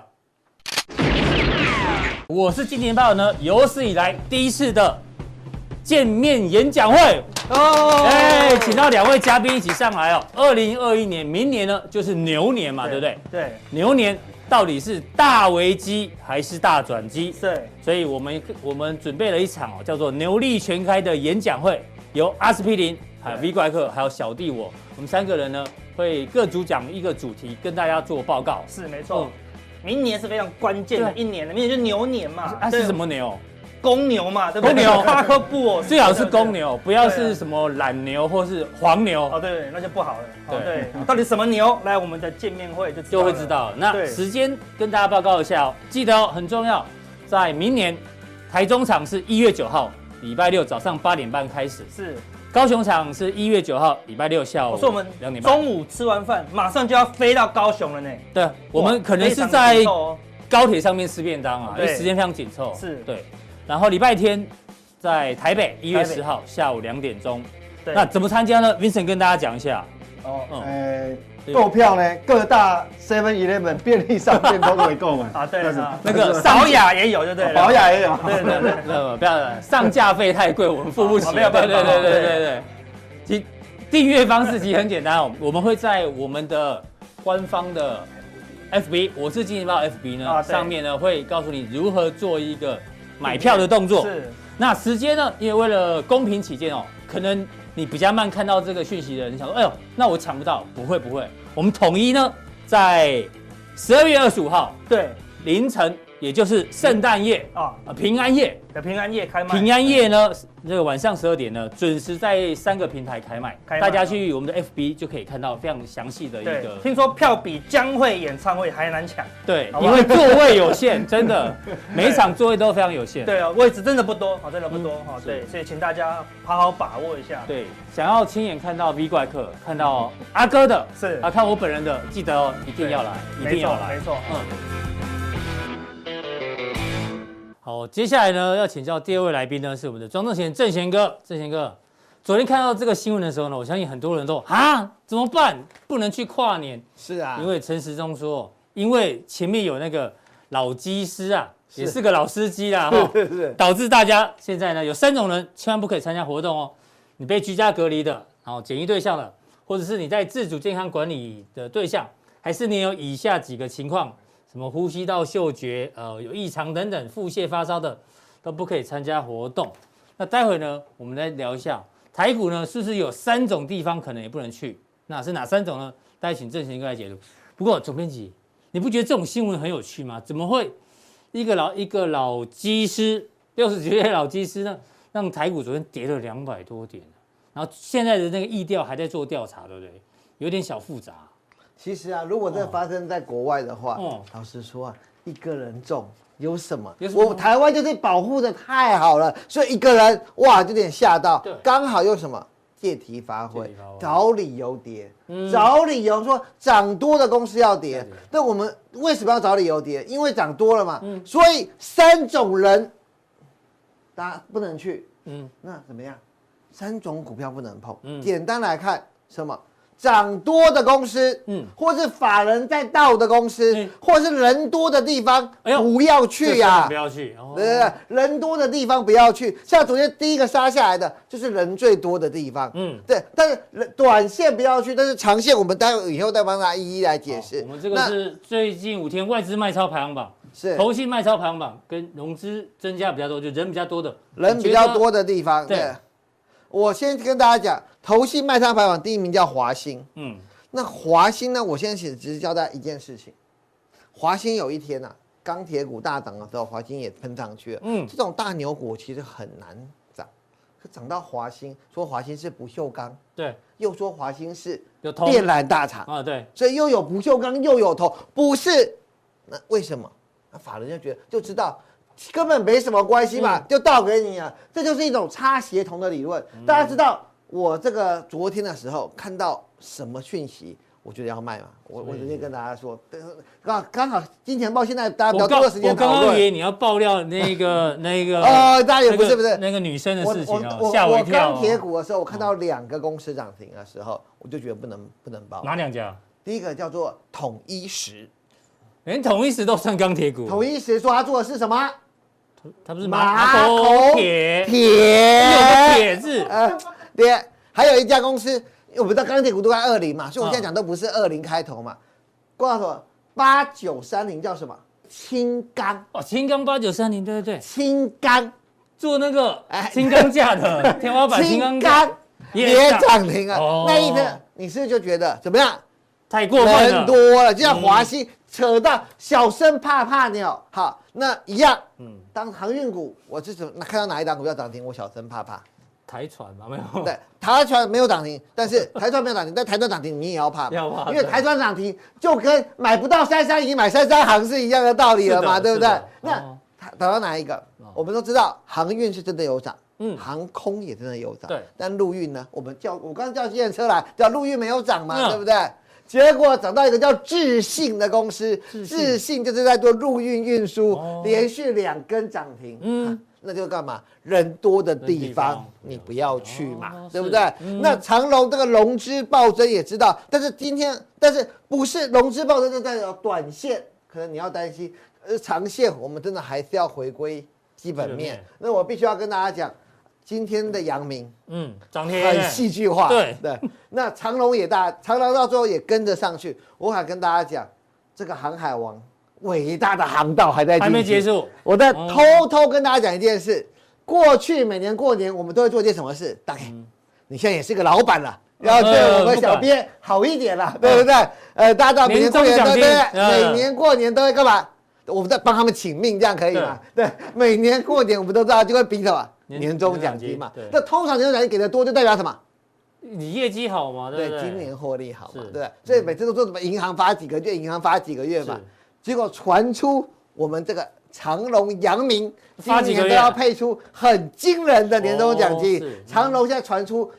[SPEAKER 2] 我是金钱豹呢，有史以来第一次的见面演讲会，
[SPEAKER 3] 哦
[SPEAKER 2] 哎、请到两位嘉宾一起上来哦。二零二一年，明年呢就是牛年啊嘛，对不对？
[SPEAKER 4] 对
[SPEAKER 2] 牛年到底是大危机还是大转机？
[SPEAKER 4] 对，
[SPEAKER 2] 所以我们我们准备了一场哦，叫做牛力全开的演讲会，由阿司匹林、还有 V 怪客、还有小弟我，我们三个人呢会各主讲一个主题，跟大家做报告。
[SPEAKER 4] 是没错。明年是非常关键的
[SPEAKER 2] 嗯对
[SPEAKER 4] 一年了，明年就牛年嘛，
[SPEAKER 2] 啊，
[SPEAKER 4] 对
[SPEAKER 2] 是什？么牛？
[SPEAKER 4] 公牛嘛，对不对？
[SPEAKER 2] 公牛
[SPEAKER 4] 夸克布偶
[SPEAKER 2] 最好是公。
[SPEAKER 4] 对对对
[SPEAKER 2] 牛，不要
[SPEAKER 4] 对
[SPEAKER 2] 是
[SPEAKER 4] 啊
[SPEAKER 2] 什么懒牛或是黄牛
[SPEAKER 4] 哦，，对对，那就不好了。哦
[SPEAKER 2] 对
[SPEAKER 4] 对，到底什么牛？来我们的见面会就
[SPEAKER 2] 就会
[SPEAKER 4] 了
[SPEAKER 2] 知。道。那
[SPEAKER 4] 对
[SPEAKER 2] 时间跟大家报告一下哦，记得哦，很重要，在明年台中场是一月九号。礼拜六早上八点半开始，
[SPEAKER 4] 是，
[SPEAKER 2] 高雄场是一月九号，礼拜六下午
[SPEAKER 4] 哦我说我们
[SPEAKER 2] 哦两点半。
[SPEAKER 4] 中午吃完饭，马上就要飞到高雄了呢。
[SPEAKER 2] 对，我们
[SPEAKER 4] 哇
[SPEAKER 2] 可能
[SPEAKER 4] 非
[SPEAKER 2] 是
[SPEAKER 4] 常
[SPEAKER 2] 在
[SPEAKER 4] 紧凑哦
[SPEAKER 2] 高铁上面吃便当啊，因
[SPEAKER 4] 对
[SPEAKER 2] 为时间非常紧凑。
[SPEAKER 4] 是
[SPEAKER 2] 对。然后礼拜天在台北一月
[SPEAKER 4] 台
[SPEAKER 2] 十
[SPEAKER 4] 北
[SPEAKER 2] 号下午两点钟，
[SPEAKER 4] 对
[SPEAKER 2] 那怎么参加呢？Vincent 跟大家讲一
[SPEAKER 4] *laughs*
[SPEAKER 2] 下。
[SPEAKER 4] 哦
[SPEAKER 2] 嗯，
[SPEAKER 5] 呃，购票呢，各大 Seven Eleven 便利商店都可以购买
[SPEAKER 4] 啊对
[SPEAKER 5] 但是
[SPEAKER 4] 啊
[SPEAKER 2] 那个哦上
[SPEAKER 4] 保雅也有，对不对？
[SPEAKER 5] 保，雅也有，
[SPEAKER 4] 对对对，
[SPEAKER 2] 呃不要上架费太贵，我们付不起。
[SPEAKER 4] 哦没有
[SPEAKER 2] 对
[SPEAKER 4] 办法
[SPEAKER 2] 对对对对
[SPEAKER 4] 对
[SPEAKER 2] 对对。其订阅方式其实很简单哦，我们会在我们的官方的 FB，我是金钱豹 FB 呢
[SPEAKER 4] 啊对
[SPEAKER 2] 上面呢会告诉你如何做一个买票的动作。
[SPEAKER 4] 是
[SPEAKER 2] 那时间呢？因为为了公平起见哦，可能你比较慢看到这个讯息的人，你想说，哎呦，那我抢不到，不会不会，我们统一呢，在十二月二十五号
[SPEAKER 4] 对
[SPEAKER 2] 凌晨，也就是圣诞夜
[SPEAKER 4] 啊，
[SPEAKER 2] 啊、平安夜，
[SPEAKER 4] 平安夜开卖，
[SPEAKER 2] 平安夜呢，这个晚上十二点呢，准时在三个平台开卖，
[SPEAKER 4] 开卖
[SPEAKER 2] 大家去我们的 FB 就可以看到非常详细的一
[SPEAKER 4] 对
[SPEAKER 2] 个，
[SPEAKER 4] 听说票比江蕙演唱会还难抢。
[SPEAKER 2] 对，
[SPEAKER 4] 好
[SPEAKER 2] 因
[SPEAKER 4] 吧
[SPEAKER 2] 为座位有限，真
[SPEAKER 4] *laughs*
[SPEAKER 2] 的每一场座位都非常有限。
[SPEAKER 4] 对啊，位置真的不多，好，真的不多哈、
[SPEAKER 2] 嗯是
[SPEAKER 4] 对，所以请大家好好把握一下。
[SPEAKER 2] 对，想要亲眼看到 V 怪客，看到阿哥的，
[SPEAKER 4] *laughs* 是
[SPEAKER 2] 啊，看我本人的，记得哦，一定
[SPEAKER 4] 对
[SPEAKER 2] 要来，一定
[SPEAKER 4] 没错
[SPEAKER 2] 要来
[SPEAKER 4] 没。错。哦
[SPEAKER 2] 嗯。好，接下来呢，要请教第二位来宾呢，是我们的庄正贤正贤哥，正贤哥。昨天看到这个新闻的时候呢，我相信很多人都啊，怎么办？不能去跨年，
[SPEAKER 5] *laughs* 是啊
[SPEAKER 4] *laughs*
[SPEAKER 2] 因为陈时中说，因为前面有那个老机师啊，也是个老司机
[SPEAKER 4] *laughs*
[SPEAKER 2] 啦，哈，
[SPEAKER 5] 是是
[SPEAKER 2] 导致大家现在呢有三种人千万不可以参加活动哦，你被居家隔离的，然后检疫对象的，或者是你在自主健康管理的对象，还是你有以下几个情况，什么呼吸道嗅觉呃有异常等等，腹泻发烧的都不可以参加活动。那待会呢，我们来聊一下台股呢是不是有三种地方可能也不能去，那是哪三种呢？大家请郑贤哥来解读。不过总编辑，你不觉得这种新闻很有趣吗？怎么会一个老一个老机师，六十几岁的老机师呢，让台股昨天跌了两百多点，啊然后现在的那个意调还在做调查，对不对？有点小复杂。
[SPEAKER 5] 其实啊，如果这发生在国外的话，
[SPEAKER 2] 哦
[SPEAKER 5] 老实说啊，一个人中有什么？
[SPEAKER 2] 有什么
[SPEAKER 5] 我台湾就是保护的太好了，所以一个人哇有点吓到
[SPEAKER 2] 对，
[SPEAKER 5] 刚好又什么借题发挥
[SPEAKER 2] 借题发挥，嗯
[SPEAKER 5] 找理由跌，找理由说涨多的公司要跌
[SPEAKER 2] 对。
[SPEAKER 5] 那我们为什么要找理由跌？因为涨多了嘛，
[SPEAKER 2] 嗯
[SPEAKER 5] 所以三种人大家不能去，
[SPEAKER 2] 嗯
[SPEAKER 5] 那怎么样？三种股票不能碰。
[SPEAKER 2] 嗯
[SPEAKER 5] 简单来看，什么？涨多的公司，
[SPEAKER 2] 嗯
[SPEAKER 5] 嗯，或是法人在到的公司，
[SPEAKER 2] 嗯
[SPEAKER 5] 或是人多的地方，
[SPEAKER 2] 哎呦
[SPEAKER 5] 不要去呀、
[SPEAKER 2] 不要去，哦
[SPEAKER 5] 对对对，人多的地方不要去。像昨天第一个杀下来的就是人最多的地方，
[SPEAKER 2] 嗯
[SPEAKER 5] 嗯，对。但是人短线不要去，但是长线我们待会以后再帮大家一一来解释。
[SPEAKER 2] 好哦我们这个
[SPEAKER 5] 那
[SPEAKER 2] 是最近五天外资卖超排行榜，
[SPEAKER 5] 是
[SPEAKER 2] 投信卖超排行榜跟融资增加比较多，就人比较多的，
[SPEAKER 5] 人比较多的地方。
[SPEAKER 2] 对
[SPEAKER 5] 对，我先跟大家讲，投信卖上排行榜第一名叫华兴。
[SPEAKER 2] 嗯，
[SPEAKER 5] 那华兴呢？我现在只只是交代一件事情：华兴有一天啊，钢铁股大涨的时候，华兴也喷上去了。
[SPEAKER 2] 嗯
[SPEAKER 5] 嗯，这种大牛股其实很难涨，可涨到华兴，说华兴是不锈钢，
[SPEAKER 2] 对，
[SPEAKER 5] 又说华兴是
[SPEAKER 2] 有投
[SPEAKER 5] 电缆大厂，
[SPEAKER 2] 啊，对，
[SPEAKER 5] 所以又有不锈钢又有铜，不是？那为什么？那法人就觉得就知道根本没什么关系
[SPEAKER 2] 嗯
[SPEAKER 5] 嘛，就倒给你啊，这就是一种差协同的理论。大家知道我这个昨天的时候看到什么讯息？我觉得要卖嘛，我我直接跟大家说，但是刚刚好金钱豹现在大家比
[SPEAKER 2] 我
[SPEAKER 5] 较
[SPEAKER 2] 刚
[SPEAKER 5] 多的时
[SPEAKER 2] 我
[SPEAKER 5] 间
[SPEAKER 2] 刚
[SPEAKER 5] 讨
[SPEAKER 2] 刚以为
[SPEAKER 5] 论。
[SPEAKER 2] 你要爆料那
[SPEAKER 5] *laughs*
[SPEAKER 2] 个那个
[SPEAKER 5] 哦，大家也不
[SPEAKER 2] 那个
[SPEAKER 5] 是不是，
[SPEAKER 2] 那个女生的
[SPEAKER 5] 我
[SPEAKER 2] 事情哦，
[SPEAKER 5] 我
[SPEAKER 2] 吓
[SPEAKER 5] 我
[SPEAKER 2] 一跳哦。嗯
[SPEAKER 5] 钢铁股的时候，我看到两个公司涨停的时候，我就觉得不能不能报。
[SPEAKER 2] 哪两家？
[SPEAKER 5] 第一个叫做统一石，
[SPEAKER 2] 连统一时都算钢铁股，
[SPEAKER 5] 统一时说他做的是什么？
[SPEAKER 2] 它不是马口铁，有个
[SPEAKER 5] 铁，
[SPEAKER 2] 铁字，
[SPEAKER 5] 呃，对，还有一家公司，我们的钢铁股都在二零嘛，所以我
[SPEAKER 2] 嗯
[SPEAKER 5] 现在讲都不是二零开头嘛，挂什么八九三零叫什么？轻钢，
[SPEAKER 2] 哦，青钢八九三零，对对对，
[SPEAKER 5] 轻钢，
[SPEAKER 2] 做那个
[SPEAKER 5] 哎
[SPEAKER 2] 青钢架
[SPEAKER 5] *laughs*
[SPEAKER 2] 的天花板，青钢架
[SPEAKER 5] 也涨停啊
[SPEAKER 2] 哦！
[SPEAKER 5] 那一天你是不是就觉得怎么样？
[SPEAKER 2] 太过分
[SPEAKER 5] 人
[SPEAKER 2] 了，
[SPEAKER 5] 多了，就像华西扯到小生怕怕鸟。好，那一样，嗯，当航运股，我是怎么看到哪一档股票涨停，我小生怕怕。
[SPEAKER 2] 台船嘛没有，
[SPEAKER 5] 对，台船没有涨停，但是台船没有涨停， *laughs* 但台船涨停你也要怕嘛，
[SPEAKER 2] 要怕
[SPEAKER 5] 因为
[SPEAKER 2] 对
[SPEAKER 5] 台船涨停就跟买不到三三一买三三行是一样的道理了嘛，
[SPEAKER 2] 是的
[SPEAKER 5] 对不
[SPEAKER 2] 是
[SPEAKER 5] 对
[SPEAKER 2] 的？
[SPEAKER 5] 那
[SPEAKER 2] 哦
[SPEAKER 5] 它找到哪一个？我们都知道航运是真的有涨，嗯，航空也真的有涨，
[SPEAKER 2] 对
[SPEAKER 5] 但陆运呢？我们叫我刚刚叫计程车来，叫陆运没有涨嘛，
[SPEAKER 2] 嗯
[SPEAKER 5] 对不对？结果找到一个叫智信的公司，
[SPEAKER 2] 智信
[SPEAKER 5] 智信就是在做陆运运输，
[SPEAKER 2] 哦
[SPEAKER 5] 连续两根涨停，
[SPEAKER 2] 嗯
[SPEAKER 5] 嗯，那就干嘛？人多的
[SPEAKER 2] 人
[SPEAKER 5] 地
[SPEAKER 2] 地方
[SPEAKER 5] 方你不要去嘛，
[SPEAKER 2] 哦
[SPEAKER 5] 对不
[SPEAKER 2] 是
[SPEAKER 5] 对？那长隆这个融资暴增也知道，但是今天但是不是融资暴增就代表短线可能你要担心，呃，长线我们真的还是要回归基本
[SPEAKER 2] 基本
[SPEAKER 5] 面。
[SPEAKER 2] 面
[SPEAKER 5] 那我必须要跟大家讲，今天的阳明
[SPEAKER 2] 嗯，涨停，
[SPEAKER 5] 很戏剧化，
[SPEAKER 2] 对
[SPEAKER 5] 对。那长隆也大，长隆到最后也跟着上去。我想跟大家讲，这个航海王伟大的航道还在进
[SPEAKER 2] 还
[SPEAKER 5] 行
[SPEAKER 2] 没结束，
[SPEAKER 5] 我再
[SPEAKER 2] 哦
[SPEAKER 5] 偷偷跟大家讲一件事，过去每年过年我们都会做件什么事？大概，
[SPEAKER 2] 嗯
[SPEAKER 5] 你现在也是个老板了。要对
[SPEAKER 2] 呃
[SPEAKER 5] 我们小编好一点啦，对不对？呃，大家知道每年过年
[SPEAKER 2] 嗯年
[SPEAKER 5] 都
[SPEAKER 2] 终奖金
[SPEAKER 5] 对不对，
[SPEAKER 2] 嗯
[SPEAKER 5] 每年过年都会干嘛？我们在帮他们请命，这样可以吗？对，每年过年我们都知道就会比什么
[SPEAKER 2] 年
[SPEAKER 5] 年终奖金嘛
[SPEAKER 2] 年终奖金对。
[SPEAKER 5] 那通常年终奖金给的多，就代表什么？
[SPEAKER 2] 你业绩好嘛，对
[SPEAKER 5] 对
[SPEAKER 2] 不对？
[SPEAKER 5] 今年获利好嘛
[SPEAKER 2] 是，嗯
[SPEAKER 5] 对不对？所以每次都说什么银行发几个月，银行发几个月嘛
[SPEAKER 2] 是，
[SPEAKER 5] 结果传出我们这个长隆、阳明今
[SPEAKER 2] 发几个月
[SPEAKER 5] 年都要配出很惊人的年终奖
[SPEAKER 2] 哦
[SPEAKER 5] 金
[SPEAKER 2] 是，
[SPEAKER 5] 长隆现在传出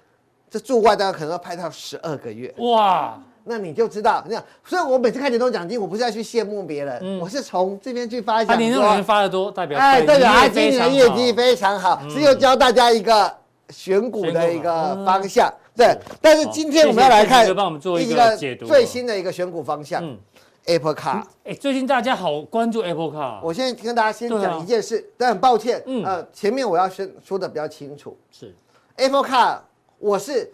[SPEAKER 5] 这驻外单可能要派到十二个月，
[SPEAKER 2] 哇，
[SPEAKER 5] 那你就知道，你看，所以我每次看年终奖金，我不是要去羡慕别人，
[SPEAKER 2] 嗯
[SPEAKER 5] 我是从这边去发
[SPEAKER 2] 他
[SPEAKER 5] 想
[SPEAKER 2] 年终
[SPEAKER 5] 说
[SPEAKER 2] 奖金发的多，代表
[SPEAKER 5] 啊哎，代表他
[SPEAKER 2] 你
[SPEAKER 5] 今
[SPEAKER 2] 非
[SPEAKER 5] 年
[SPEAKER 2] 常
[SPEAKER 5] 的业
[SPEAKER 2] 好嗯
[SPEAKER 5] 绩非常好，这又教大家一个选股的一个方向。对，但是今天我们要来
[SPEAKER 2] 好谢谢
[SPEAKER 5] 看
[SPEAKER 2] 谢谢帮我们做一个解读
[SPEAKER 5] 最新的一个选股方向
[SPEAKER 2] 嗯
[SPEAKER 5] ，Apple Car。
[SPEAKER 2] 哎，最近大家好关注 Apple Car，
[SPEAKER 5] 我现在跟大家先
[SPEAKER 2] 对啊
[SPEAKER 5] 讲一件事，但很抱歉，
[SPEAKER 2] 嗯
[SPEAKER 5] 呃，前面我要先说的比较清楚
[SPEAKER 2] 是
[SPEAKER 5] ，Apple Car 我是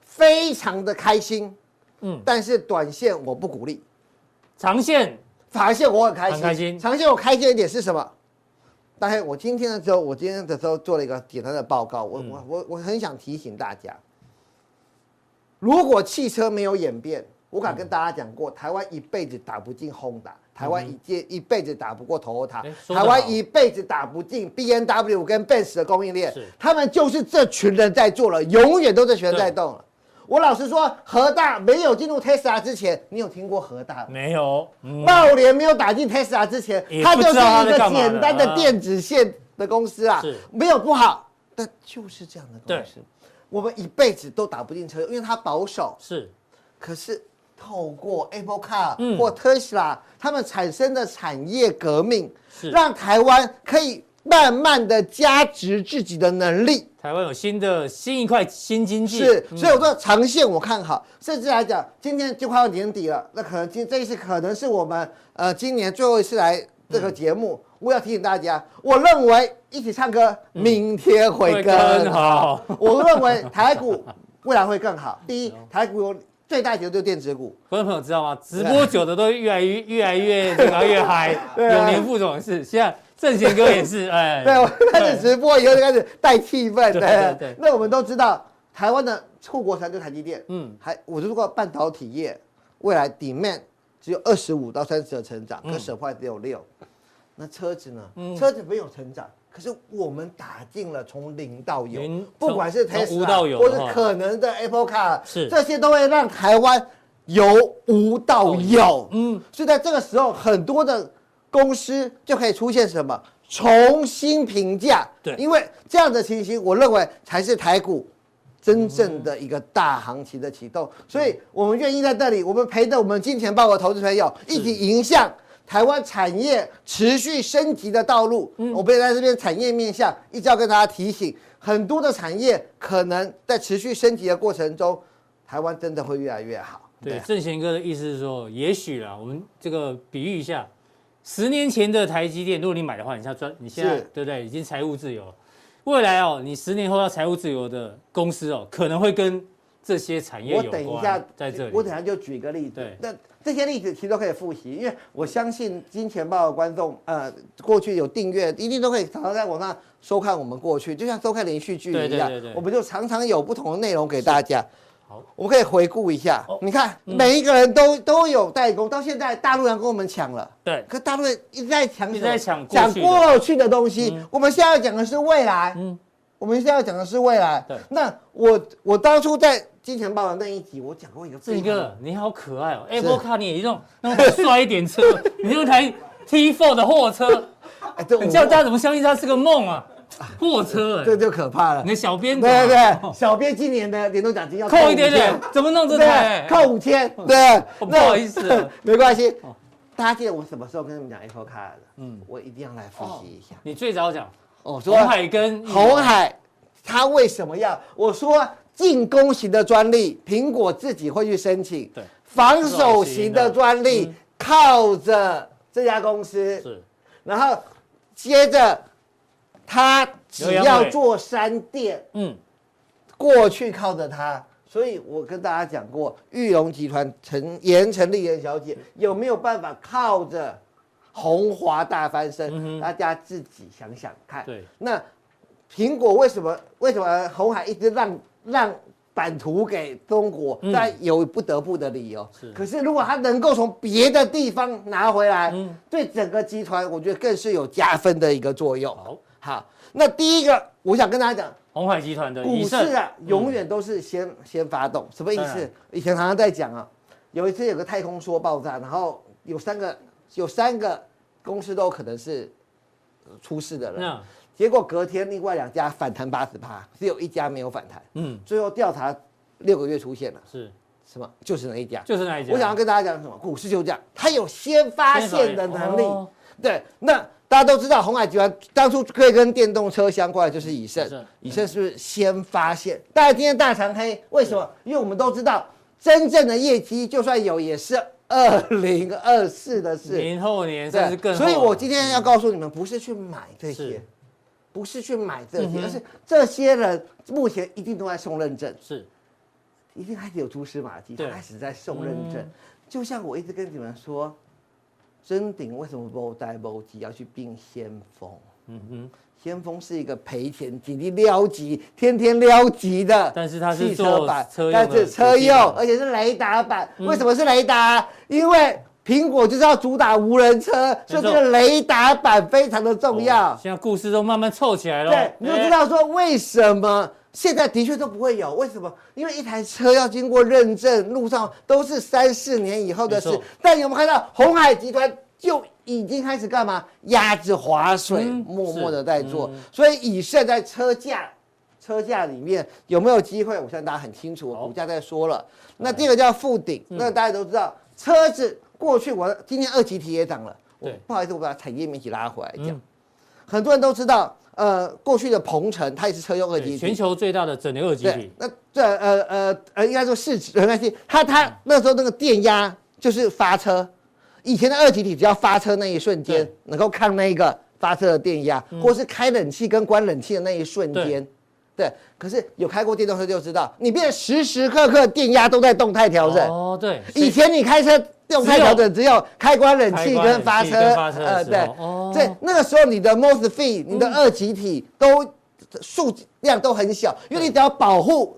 [SPEAKER 5] 非常的开心，
[SPEAKER 2] 嗯
[SPEAKER 5] 嗯，但是短线我不鼓励，
[SPEAKER 2] 长线
[SPEAKER 5] 长线我很开心，
[SPEAKER 2] 很开心
[SPEAKER 5] 长线我开心的一点是什么？大概我今天的时候，我今天的时候做了一个简单的报告，
[SPEAKER 2] 嗯
[SPEAKER 5] 我、我我我很想提醒大家，如果汽车没有演变，我敢跟大家讲
[SPEAKER 2] 嗯
[SPEAKER 5] 过，台湾一辈子打不进 Honda，台湾一届一辈子打不过 Toyota，、
[SPEAKER 2] 哎嗯说得
[SPEAKER 5] 台
[SPEAKER 2] 好
[SPEAKER 5] 湾一辈子打不进 B N W 跟 Benz 的供应链
[SPEAKER 2] 是，
[SPEAKER 5] 他们就是这群人在做了，永远都这群人
[SPEAKER 2] 对
[SPEAKER 5] 在动了。我老实说，和大没有进入 Tesla 之前，你有听过和大吗？
[SPEAKER 2] 没有，嗯，
[SPEAKER 5] 茂联没有打进 Tesla 之前
[SPEAKER 2] 也，
[SPEAKER 5] 它
[SPEAKER 2] 不
[SPEAKER 5] 就是
[SPEAKER 2] 知
[SPEAKER 5] 一
[SPEAKER 2] 道它在
[SPEAKER 5] 个
[SPEAKER 2] 干嘛的嗯
[SPEAKER 5] 简单的电子线的公司啊
[SPEAKER 2] 是，
[SPEAKER 5] 没有不好，但就是这样的公司
[SPEAKER 2] 对，
[SPEAKER 5] 我们一辈子都打不进车，因为它保守。
[SPEAKER 2] 是
[SPEAKER 5] 可是透过 Apple Car
[SPEAKER 2] 嗯
[SPEAKER 5] 或 Tesla，他们产生的产业革命，
[SPEAKER 2] 是
[SPEAKER 5] 让台湾可以慢慢的加值自己的能力。
[SPEAKER 2] 台湾有新的新一块新经济，
[SPEAKER 5] 是，
[SPEAKER 2] 嗯
[SPEAKER 5] 所以我说长线我看好，甚至来讲，今天就快要年底了，那可能今这一次可能是我们呃今年最后一次来这个节目。我要提醒大家，
[SPEAKER 2] 嗯
[SPEAKER 5] 我认为一起唱歌，明天会更
[SPEAKER 2] 会更
[SPEAKER 5] 好
[SPEAKER 2] 好。
[SPEAKER 5] 我认为台股未来会更好。第一，台股有最大节就是电子股，
[SPEAKER 2] 观众朋友知道
[SPEAKER 5] *laughs*
[SPEAKER 2] 吗？直播久的都越来越越来越这个越嗨，
[SPEAKER 5] 对啊
[SPEAKER 2] 永年副总也是，现在正贤哥也
[SPEAKER 5] *laughs*
[SPEAKER 2] 是，哎，
[SPEAKER 5] 对，我啊开始直播以后就开始带气氛。
[SPEAKER 2] 对对对
[SPEAKER 5] 那我们都知道，台湾的护国神就是台积电，
[SPEAKER 2] 嗯，
[SPEAKER 5] 还我就说半导体业未来 demand 只有二十五到三十的成
[SPEAKER 2] 嗯
[SPEAKER 5] 长，可损坏只有六。那车子呢？车子没有成长，可是我们打进了从零到有
[SPEAKER 2] 零，
[SPEAKER 5] 不管是
[SPEAKER 2] 从
[SPEAKER 5] Tesla
[SPEAKER 2] 从无到有
[SPEAKER 5] 或是
[SPEAKER 2] 哈
[SPEAKER 5] 可能的 Apple Car，
[SPEAKER 2] 是
[SPEAKER 5] 这些都会让台湾由无到有。
[SPEAKER 2] 嗯，
[SPEAKER 5] 所以在这个时候，很多的公司就可以出现什么重新评价。
[SPEAKER 2] 对
[SPEAKER 5] 因为这样的情形，我认为才是台股真正的一个大行情的启动。所以我们愿意在这里，我们陪着我们金钱豹的投资朋友一起迎向。台湾产业持续升级的道路，我们也在这边产业面向一直要跟大家提醒，很多的产业可能在持续升级的过程中，台湾真的会越来越好。
[SPEAKER 2] 对，
[SPEAKER 5] 啊
[SPEAKER 2] 正贤哥的意思是说，也许啦，我们这个比喻一下，十年前的台积电，如果你买的话，你现在赚，你现在
[SPEAKER 5] 是
[SPEAKER 2] 对不对？已经财务自由了。未来哦，你十年后要财务自由的公司哦，可能会跟这些产业
[SPEAKER 5] 我
[SPEAKER 2] 有
[SPEAKER 5] 等一
[SPEAKER 2] 关
[SPEAKER 5] 下
[SPEAKER 2] 在这里，
[SPEAKER 5] 我等一下就举一个例子
[SPEAKER 2] 对。
[SPEAKER 5] 那这些例子其实都可以复习，因为我相信金钱豹的观众，呃，过去有订阅，一定都可以常常在网上收看我们过去，就像收看连续剧
[SPEAKER 2] 对对
[SPEAKER 5] 一样
[SPEAKER 2] 对对，
[SPEAKER 5] 我们就常常有不同的内容给大家。
[SPEAKER 2] 好，
[SPEAKER 5] 我们可以回顾一下
[SPEAKER 2] 哦，
[SPEAKER 5] 你看每一个人都都有代工，到现在大陆人跟我们抢了。
[SPEAKER 2] 对，
[SPEAKER 5] 可大陆人一直在抢什么，
[SPEAKER 2] 一直在抢过
[SPEAKER 5] 讲
[SPEAKER 2] 去的嗯
[SPEAKER 5] 过去的东西。我们现在要讲的是未来，嗯，我们现在要讲的是未来。
[SPEAKER 2] 对
[SPEAKER 5] 那我我当初在金钱豹的那一集，我讲过一个
[SPEAKER 2] 正
[SPEAKER 5] 非
[SPEAKER 2] 贤
[SPEAKER 5] 常
[SPEAKER 2] 哥，你好可爱哦，Apple Car 你也用，那么帅一
[SPEAKER 5] *laughs*
[SPEAKER 2] 点车，你用台 T4 的货车，
[SPEAKER 5] 哎，这
[SPEAKER 2] 你叫
[SPEAKER 5] 我
[SPEAKER 2] 大家怎么相信它是个梦啊？货车哎、
[SPEAKER 5] 这就可怕了
[SPEAKER 2] 你。的小编
[SPEAKER 5] 对
[SPEAKER 2] 怎
[SPEAKER 5] 对
[SPEAKER 2] 么
[SPEAKER 5] 对，小编今年的年终奖金要
[SPEAKER 2] 扣一点
[SPEAKER 5] 5000
[SPEAKER 2] 点，怎么弄这台
[SPEAKER 5] 对，？扣五千，对，
[SPEAKER 2] 我不
[SPEAKER 5] 那
[SPEAKER 2] 好意思啊
[SPEAKER 5] *laughs* 没关系。大家记得我什么时候跟你们讲 Apple Car 的？嗯，我一定要来复习一下。
[SPEAKER 2] 你最早讲
[SPEAKER 5] 哦，说
[SPEAKER 2] 红海跟
[SPEAKER 5] 红海它为什么要？我说进攻型的专利，苹果自己会去申请。
[SPEAKER 2] 对，
[SPEAKER 5] 防守型的专利、靠着这家公司，
[SPEAKER 2] 是
[SPEAKER 5] 然后接着它只
[SPEAKER 2] 刘阳
[SPEAKER 5] 要
[SPEAKER 2] 伟
[SPEAKER 5] 做三电，
[SPEAKER 2] 嗯
[SPEAKER 5] 过去靠着它。所以我跟大家讲过，玉龙集团陈严陈丽妍小姐有没有办法靠着红华大翻身？
[SPEAKER 2] 嗯哼
[SPEAKER 5] 大家自己想想看。
[SPEAKER 2] 对，
[SPEAKER 5] 那苹果为什么为什么红海一直让让版图给中国？
[SPEAKER 2] 嗯
[SPEAKER 5] 但有不得不的理由。
[SPEAKER 2] 是
[SPEAKER 5] 可是如果它能够从别的地方拿回来，
[SPEAKER 2] 嗯
[SPEAKER 5] 对整个集团我觉得更是有加分的一个作用。
[SPEAKER 2] 好，
[SPEAKER 5] 好，那第一个我想跟大家讲，
[SPEAKER 2] 红海集团的
[SPEAKER 5] 股
[SPEAKER 2] 一
[SPEAKER 5] 市
[SPEAKER 2] 胜
[SPEAKER 5] 啊，永远都是先、先发动，什么意
[SPEAKER 2] 嗯当然
[SPEAKER 5] 思？以前常常在讲啊，有一次有个太空梭爆炸，然后有三个有三个公司都可能是呃出事的人，
[SPEAKER 2] 那
[SPEAKER 5] 结果隔天另外两家反弹八十趴，只有一家没有反弹，
[SPEAKER 2] 嗯
[SPEAKER 5] 最后调查六个月出现了
[SPEAKER 2] 是
[SPEAKER 5] 什么？就是那一家。
[SPEAKER 2] 就是那一家，
[SPEAKER 5] 我想要跟大家讲什么？股市就这样，它有先发现的能力。
[SPEAKER 2] 哦
[SPEAKER 5] 对，那大家都知道，红海集团当初可以跟电动车相关的就是以盛
[SPEAKER 2] 以盛，嗯
[SPEAKER 5] 以盛是不是先发现？大家今天大长黑，为什么？因为我们都知道，真正的业绩就算有，也是二零二四的事。
[SPEAKER 2] 年后年甚至更
[SPEAKER 5] 对，
[SPEAKER 2] 后，
[SPEAKER 5] 所以我今天要告诉你们，不是去买这些
[SPEAKER 2] 是，嗯
[SPEAKER 5] 不是去买这些，而是这些人目前一定都在送认证。
[SPEAKER 2] 是
[SPEAKER 5] 一定开始有蛛丝马迹，
[SPEAKER 2] 对嗯
[SPEAKER 5] 他开始在送认证。就像我一直跟你们说，真鼎为什么不带不急要去并先锋？嗯哼，先锋是一个赔钱、极力撩急、天天撩急的，
[SPEAKER 2] 但是它是
[SPEAKER 5] 汽
[SPEAKER 2] 做
[SPEAKER 5] 车版，
[SPEAKER 2] 车用的
[SPEAKER 5] 但是车
[SPEAKER 2] 手机嗯
[SPEAKER 5] 用
[SPEAKER 2] 版，
[SPEAKER 5] 而且是雷达版。为什么是雷达？因为苹果就是要主打无人车，所以这个雷达版非常的重要。
[SPEAKER 2] 哦现在故事都慢慢凑起来了，
[SPEAKER 5] 对，你就知道说为什么现在的确都不会有，为什么？因为一台车要经过认证，路上都是三四年以后的
[SPEAKER 2] 没
[SPEAKER 5] 事
[SPEAKER 2] 错。
[SPEAKER 5] 但有没有看到红海集团就已经开始干嘛？压制划水，
[SPEAKER 2] 嗯
[SPEAKER 5] 默
[SPEAKER 2] 是
[SPEAKER 5] 默的在做。
[SPEAKER 2] 嗯
[SPEAKER 5] 所以以现在车价。车价里面有没有机会？我相信大家很清楚，
[SPEAKER 2] 好嗯
[SPEAKER 5] 股价在说了。那第二个叫附顶，那大家都知道，车子过去我今天二级体也涨了，我
[SPEAKER 2] 对嗯
[SPEAKER 5] 不好意思，我把产业面一起拉回来讲。很多人都知道，呃，过去的鹏程它也是车用二
[SPEAKER 2] 对
[SPEAKER 5] 极
[SPEAKER 2] 全
[SPEAKER 5] 体。
[SPEAKER 2] 球最大的整流二极
[SPEAKER 5] 对
[SPEAKER 2] 体，，
[SPEAKER 5] 那这呃呃呃，应该说市值没关系，它它
[SPEAKER 2] 嗯
[SPEAKER 5] 那时候那个电压就是发车，以前的二极体只要发车那一瞬间
[SPEAKER 2] 对嗯
[SPEAKER 5] 能够抗那一个发车的电压，或是开冷气跟关冷气的那一瞬间，对。可是有开过电动车就知道，你变得时时刻刻电压都在动态调整，
[SPEAKER 2] 哦，对，
[SPEAKER 5] 以前你开车动态调整只有开关冷气跟发车，呃
[SPEAKER 2] 开关冷气跟发车的时候
[SPEAKER 5] 对，
[SPEAKER 2] 哦嗯
[SPEAKER 5] 对，那个时候你的 MOSFET、你的二极体都数量都很小，因为你只要保护。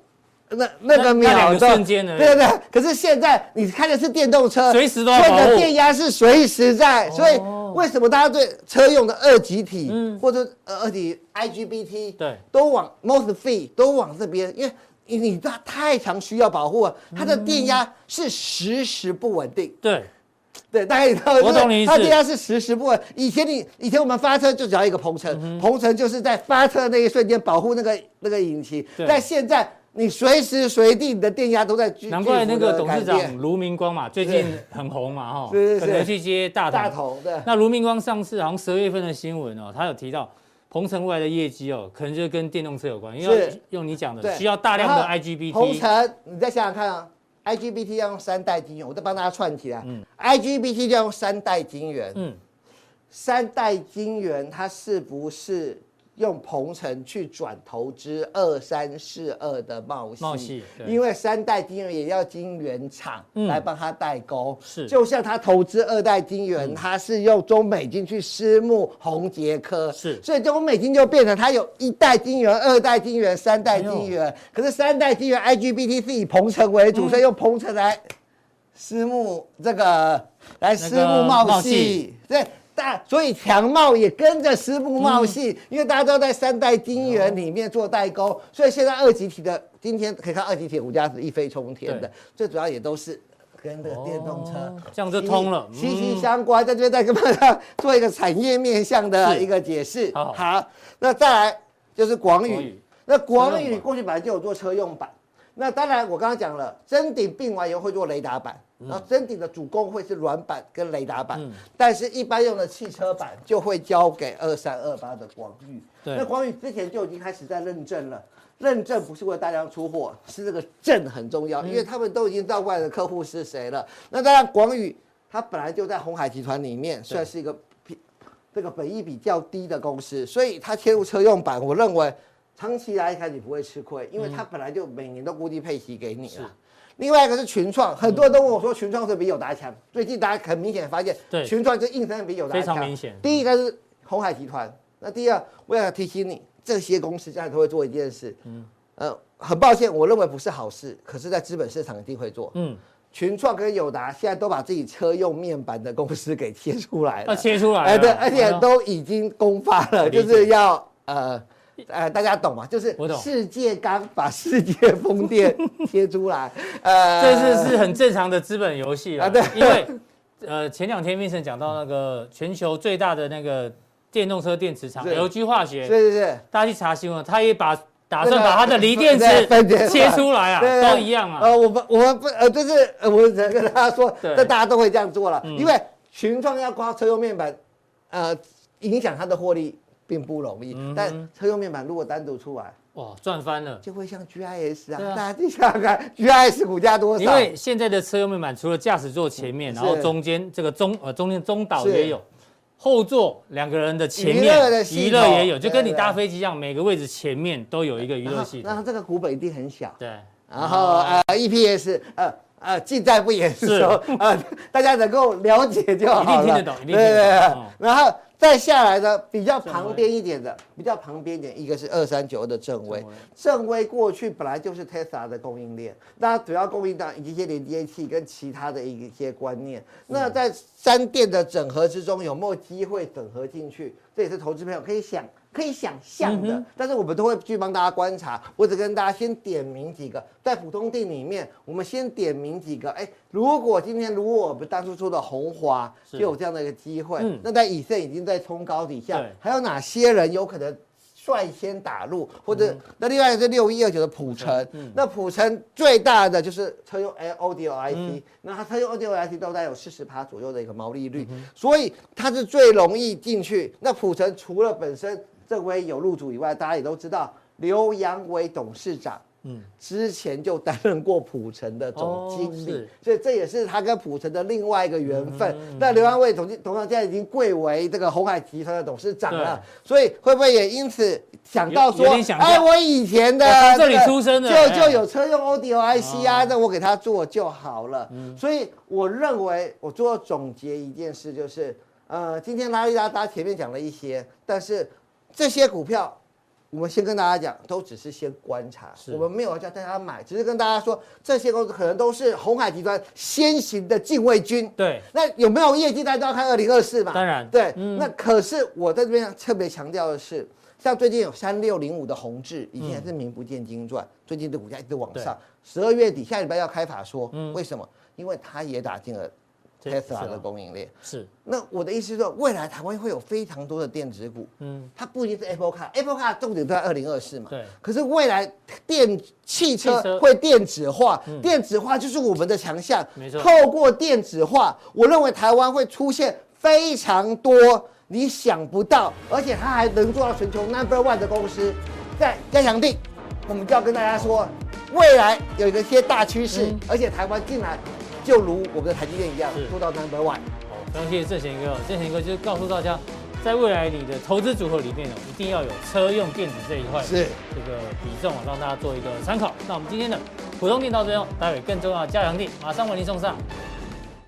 [SPEAKER 5] 那那个
[SPEAKER 2] 那那
[SPEAKER 5] 秒
[SPEAKER 2] 两个
[SPEAKER 5] 钟，
[SPEAKER 2] 瞬间而已
[SPEAKER 5] 对对。可是现在你开的是电动车，
[SPEAKER 2] 随时都要
[SPEAKER 5] 所以你
[SPEAKER 2] 保护
[SPEAKER 5] 的电压是随时
[SPEAKER 2] 哦
[SPEAKER 5] 在，所以为什么大家对车用的二极体、
[SPEAKER 2] 嗯
[SPEAKER 5] 或者呃二极 IGBT
[SPEAKER 2] 对
[SPEAKER 5] 都往 mostly 都往这边，因为你你它太常需要保护了，
[SPEAKER 2] 嗯
[SPEAKER 5] 它的电压是时时不稳定。
[SPEAKER 2] 对，
[SPEAKER 5] 对，大概你知道，
[SPEAKER 2] 我
[SPEAKER 5] 就是
[SPEAKER 2] 懂你意思
[SPEAKER 5] 它电压是时时不稳。以前你以前我们发车就只要一个鹏
[SPEAKER 2] 嗯
[SPEAKER 5] 程，鹏程就是在发车的那一瞬间保护那个那个引擎，
[SPEAKER 2] 对
[SPEAKER 5] 但现在你随时随地你的电压都在巨
[SPEAKER 2] 难怪
[SPEAKER 5] 巨
[SPEAKER 2] 那
[SPEAKER 5] 幅
[SPEAKER 2] 个
[SPEAKER 5] 地
[SPEAKER 2] 董事
[SPEAKER 5] 改
[SPEAKER 2] 长
[SPEAKER 5] 变
[SPEAKER 2] 卢明光嘛，最近很红嘛，哈，
[SPEAKER 5] 是
[SPEAKER 2] 可
[SPEAKER 5] 是
[SPEAKER 2] 能去接大
[SPEAKER 5] 大
[SPEAKER 2] 同。
[SPEAKER 5] 头对。
[SPEAKER 2] 那卢明光上次好像十二月份的新闻哦，他有提到鹏程未来的业绩哦，可能就跟电动车有关，因为
[SPEAKER 5] 是
[SPEAKER 2] 用你讲的，
[SPEAKER 5] 对，
[SPEAKER 2] 需要大量的
[SPEAKER 5] 然后红
[SPEAKER 2] IGBT。
[SPEAKER 5] 尘，你再想想看啊，IGBT 要用三代晶圆，我再帮大家串起来。IGBT 就要用三代晶圆，
[SPEAKER 2] 嗯，
[SPEAKER 5] 三代晶圆它是不是用鹏程去转投资二三四二的茂系？
[SPEAKER 2] 茂系对
[SPEAKER 5] 因为三代晶圆也要晶圆厂
[SPEAKER 2] 嗯
[SPEAKER 5] 来帮它代工。
[SPEAKER 2] 是嗯
[SPEAKER 5] 就像他投资二代晶圆，他是用中美金去私募宏杰科，
[SPEAKER 2] 是
[SPEAKER 5] 所以中美金就变成它有一代晶圆、二代晶圆、三代晶圆。可是三代晶圆 IGBT 是以鹏程为
[SPEAKER 2] 嗯
[SPEAKER 5] 主，所以用鹏程来私募这个来私募
[SPEAKER 2] 茂
[SPEAKER 5] 茂
[SPEAKER 2] 系
[SPEAKER 5] 系，对。大，所以强茂也跟着私募茂系，
[SPEAKER 2] 嗯
[SPEAKER 5] 因为大家都在三代晶圆里面做代工，所以现在二级体的今天可以看二级体的股价是一飞冲天的
[SPEAKER 2] 对，
[SPEAKER 5] 最主要也都是跟这个电动车、
[SPEAKER 2] 哦这样就通了
[SPEAKER 5] 息息
[SPEAKER 2] 嗯
[SPEAKER 5] 息相关。在这边再跟大家做一个产业面向的
[SPEAKER 2] 是
[SPEAKER 5] 一个解释。
[SPEAKER 2] 好
[SPEAKER 5] 那再来就是广
[SPEAKER 2] 广
[SPEAKER 5] 宇
[SPEAKER 2] 宇，
[SPEAKER 5] 那广
[SPEAKER 2] 车用
[SPEAKER 5] 宇
[SPEAKER 2] 版
[SPEAKER 5] 过去本来就有做车用版，那当然我刚刚讲了，臻鼎并完以后会做雷达版，然后臻鼎的主攻会是软板跟雷达版，但是一般用的汽车版就会交给二三二八的广宇。
[SPEAKER 2] 对
[SPEAKER 5] 那广宇之前就已经开始在认证了。认证不是为了大量出货，是这个证很重要，因为他们都已经知道外的客户是谁了。那当然，广宇它本来就在红海集团里面算是一个这个本益比较低的公司，所以它切入车用版，我认为长期来看你不会吃
[SPEAKER 2] 嗯
[SPEAKER 5] 亏，因为它本来就每年都固定配息给你了。另外一个是群创，很多人都问我说群创是比友达强，最近大家很明显发现
[SPEAKER 2] 对，
[SPEAKER 5] 群创就硬生比友达
[SPEAKER 2] 非常
[SPEAKER 5] 强。
[SPEAKER 2] 明显
[SPEAKER 5] 第一个是红海集团，那第二我想提醒你，这些公司将来都会做一件事，嗯，呃，很抱歉，我认为不是好事，可是在资本市场一定会做。
[SPEAKER 2] 嗯，
[SPEAKER 5] 群创跟友达现在都把自己车用面板的公司给切出来
[SPEAKER 2] 要
[SPEAKER 5] 了，
[SPEAKER 2] 切出来了
[SPEAKER 5] 哎，对，
[SPEAKER 2] 哎呦
[SPEAKER 5] 而且都已经公发了，
[SPEAKER 2] 理解
[SPEAKER 5] 就是要呃呃，大家懂吗？就是
[SPEAKER 2] 我懂
[SPEAKER 5] 世界刚把世界风电切出来，
[SPEAKER 2] *laughs*
[SPEAKER 5] 呃，
[SPEAKER 2] 嗯这是是很正常的资本游戏啊。
[SPEAKER 5] 啊对
[SPEAKER 2] 因为 *laughs* 呃前两天 Vincent 讲到那个全球最大的那个电动车电池厂
[SPEAKER 5] 是
[SPEAKER 2] LG 化学，
[SPEAKER 5] 对对对。
[SPEAKER 2] 大家去查新闻，他也把打
[SPEAKER 5] 那
[SPEAKER 2] 算
[SPEAKER 5] 个
[SPEAKER 2] 把他的锂电
[SPEAKER 5] 啊 *laughs* 对分
[SPEAKER 2] 池
[SPEAKER 5] 解
[SPEAKER 2] 切出来啊，
[SPEAKER 5] 对对
[SPEAKER 2] 都一样啊。
[SPEAKER 5] 呃，我们我们不呃，就是呃我只能跟大家说，
[SPEAKER 2] 对嗯
[SPEAKER 5] 这大家都会这样做了，因为群创要挂车用面板，呃，影响它的获利并不容易。
[SPEAKER 2] 嗯
[SPEAKER 5] 但车用面板如果单独出来，
[SPEAKER 2] 哇，赚翻了！
[SPEAKER 5] 就会像 GIS 啊，
[SPEAKER 2] 对啊
[SPEAKER 5] 大家自己想想看，GIS 股价多少？
[SPEAKER 2] 因为现在的车用面板除了驾驶座前面，
[SPEAKER 5] 是
[SPEAKER 2] 然后中间这个中呃中间中岛
[SPEAKER 5] 是
[SPEAKER 2] 也有，后座两个人的前面
[SPEAKER 5] 娱乐的
[SPEAKER 2] 娱
[SPEAKER 5] 系统
[SPEAKER 2] 乐也有，就跟你
[SPEAKER 5] 对对
[SPEAKER 2] 搭飞机一样，每个位置前面都有一个娱
[SPEAKER 5] 然
[SPEAKER 2] 乐
[SPEAKER 5] 后
[SPEAKER 2] 系
[SPEAKER 5] 然后
[SPEAKER 2] 统。
[SPEAKER 5] 这个股本一定很小，
[SPEAKER 2] 对，
[SPEAKER 5] 然后呃 EPS 呃。呃，近在不言
[SPEAKER 2] 是
[SPEAKER 5] 说，呃，大家能够了解就好了。
[SPEAKER 2] 一定听得懂一定听得懂
[SPEAKER 5] 对对对
[SPEAKER 2] 哦
[SPEAKER 5] 然后再下来呢，比较旁边一点的，比较旁边一点，一个是二三九二的正威
[SPEAKER 2] 正威，
[SPEAKER 5] 正威过去本来就是 Tesla 的供应链，那主要供应到一些连接器跟其他的一些观念。那在三电的整合之中，有没有机会整合进去？这也是投资朋友可以想。可以想象
[SPEAKER 2] 嗯
[SPEAKER 5] 的，但是我们都会去帮大家观察。我只跟大家先点名几个，在普通地里面，我们先点名几个。哎，如果今天如果我们当初说的红华
[SPEAKER 2] 是
[SPEAKER 5] 就有这样的一个机会
[SPEAKER 2] 嗯，
[SPEAKER 5] 那在以盛已经在冲高底下
[SPEAKER 2] 对，
[SPEAKER 5] 还有哪些人有可能率先打入，
[SPEAKER 2] 嗯
[SPEAKER 5] 或者、那另外一个是六一二九的普城，那普城最大的就是车用 L O D O I T，、那
[SPEAKER 2] 嗯
[SPEAKER 5] 它车用 O D O I T 都大概有四十趴左右的一个毛利率，所以它是最容易进去。那普城除了本身正威有入主以外，大家也都知道刘扬伟董事长。嗯，之前就担任过普城的总经
[SPEAKER 2] 哦
[SPEAKER 5] 理，
[SPEAKER 2] 是嗯
[SPEAKER 5] 所以这也是他跟普城的另外一个缘分。那刘安卫总经同样现在已经贵为这个红海集团的董事长了，所以会不会也因此想
[SPEAKER 2] 有
[SPEAKER 5] 到
[SPEAKER 2] 有
[SPEAKER 5] 说
[SPEAKER 2] 点，想象
[SPEAKER 5] 哎，我以前的
[SPEAKER 2] 我从这
[SPEAKER 5] 这
[SPEAKER 2] 里
[SPEAKER 5] 个
[SPEAKER 2] 出生的哎哦
[SPEAKER 5] 就就有车用 O D O I C 啊，那我给他做就好了。
[SPEAKER 2] 嗯
[SPEAKER 5] 所以我认为我做总结一件事就是，呃，今天拉一拉，大家前面讲了一些，但是这些股票我们先跟大家讲，都只是先观察，我们没有叫大家买，只是跟大家说，这些公司可能都是红海集团先行的禁卫军。
[SPEAKER 2] 对，
[SPEAKER 5] 那有没有业绩，大家都要看二零二四嘛。
[SPEAKER 2] 当然嗯
[SPEAKER 5] 对。那可是我在这边特别强调的是，像最近有三六零五的宏志，
[SPEAKER 2] 嗯
[SPEAKER 5] 以前还是名不见经传，最近的股价一直往上。十二月底下礼拜要开法说，为什么？因为它也打进了
[SPEAKER 2] 嗯这
[SPEAKER 5] Tesla
[SPEAKER 2] 是
[SPEAKER 5] 的
[SPEAKER 2] 啊
[SPEAKER 5] 供应链。
[SPEAKER 2] 是
[SPEAKER 5] 那我的意思是说，未来台湾会有非常多的电子股，嗯，它不一定是 Apple Car，Apple Car 重点都在二零二四嘛，
[SPEAKER 2] 对
[SPEAKER 5] 可是未来电汽
[SPEAKER 2] 汽车嗯
[SPEAKER 5] 车会电子化，电子化就是我们的强项，
[SPEAKER 2] 没错
[SPEAKER 5] 透过电子化，我认为台湾会出现非常多你想不到，而且它还能做到全球 number one 的公司，在加强地，我们就要跟大家说，未来有一些大趋势，而且台湾进来就如我们的台积电一样
[SPEAKER 2] 嗯是，
[SPEAKER 5] 做到 number one。
[SPEAKER 2] 好，非常谢谢郑贤哥哦，郑贤哥就是告诉大家，在未来你的投资组合里面哦，一定要有车用电子这一块
[SPEAKER 5] 是
[SPEAKER 2] 这个比重哦，让大家做一个参考。那我们今天的普通店到这边哦，待会更重要的加强店马上为您送上。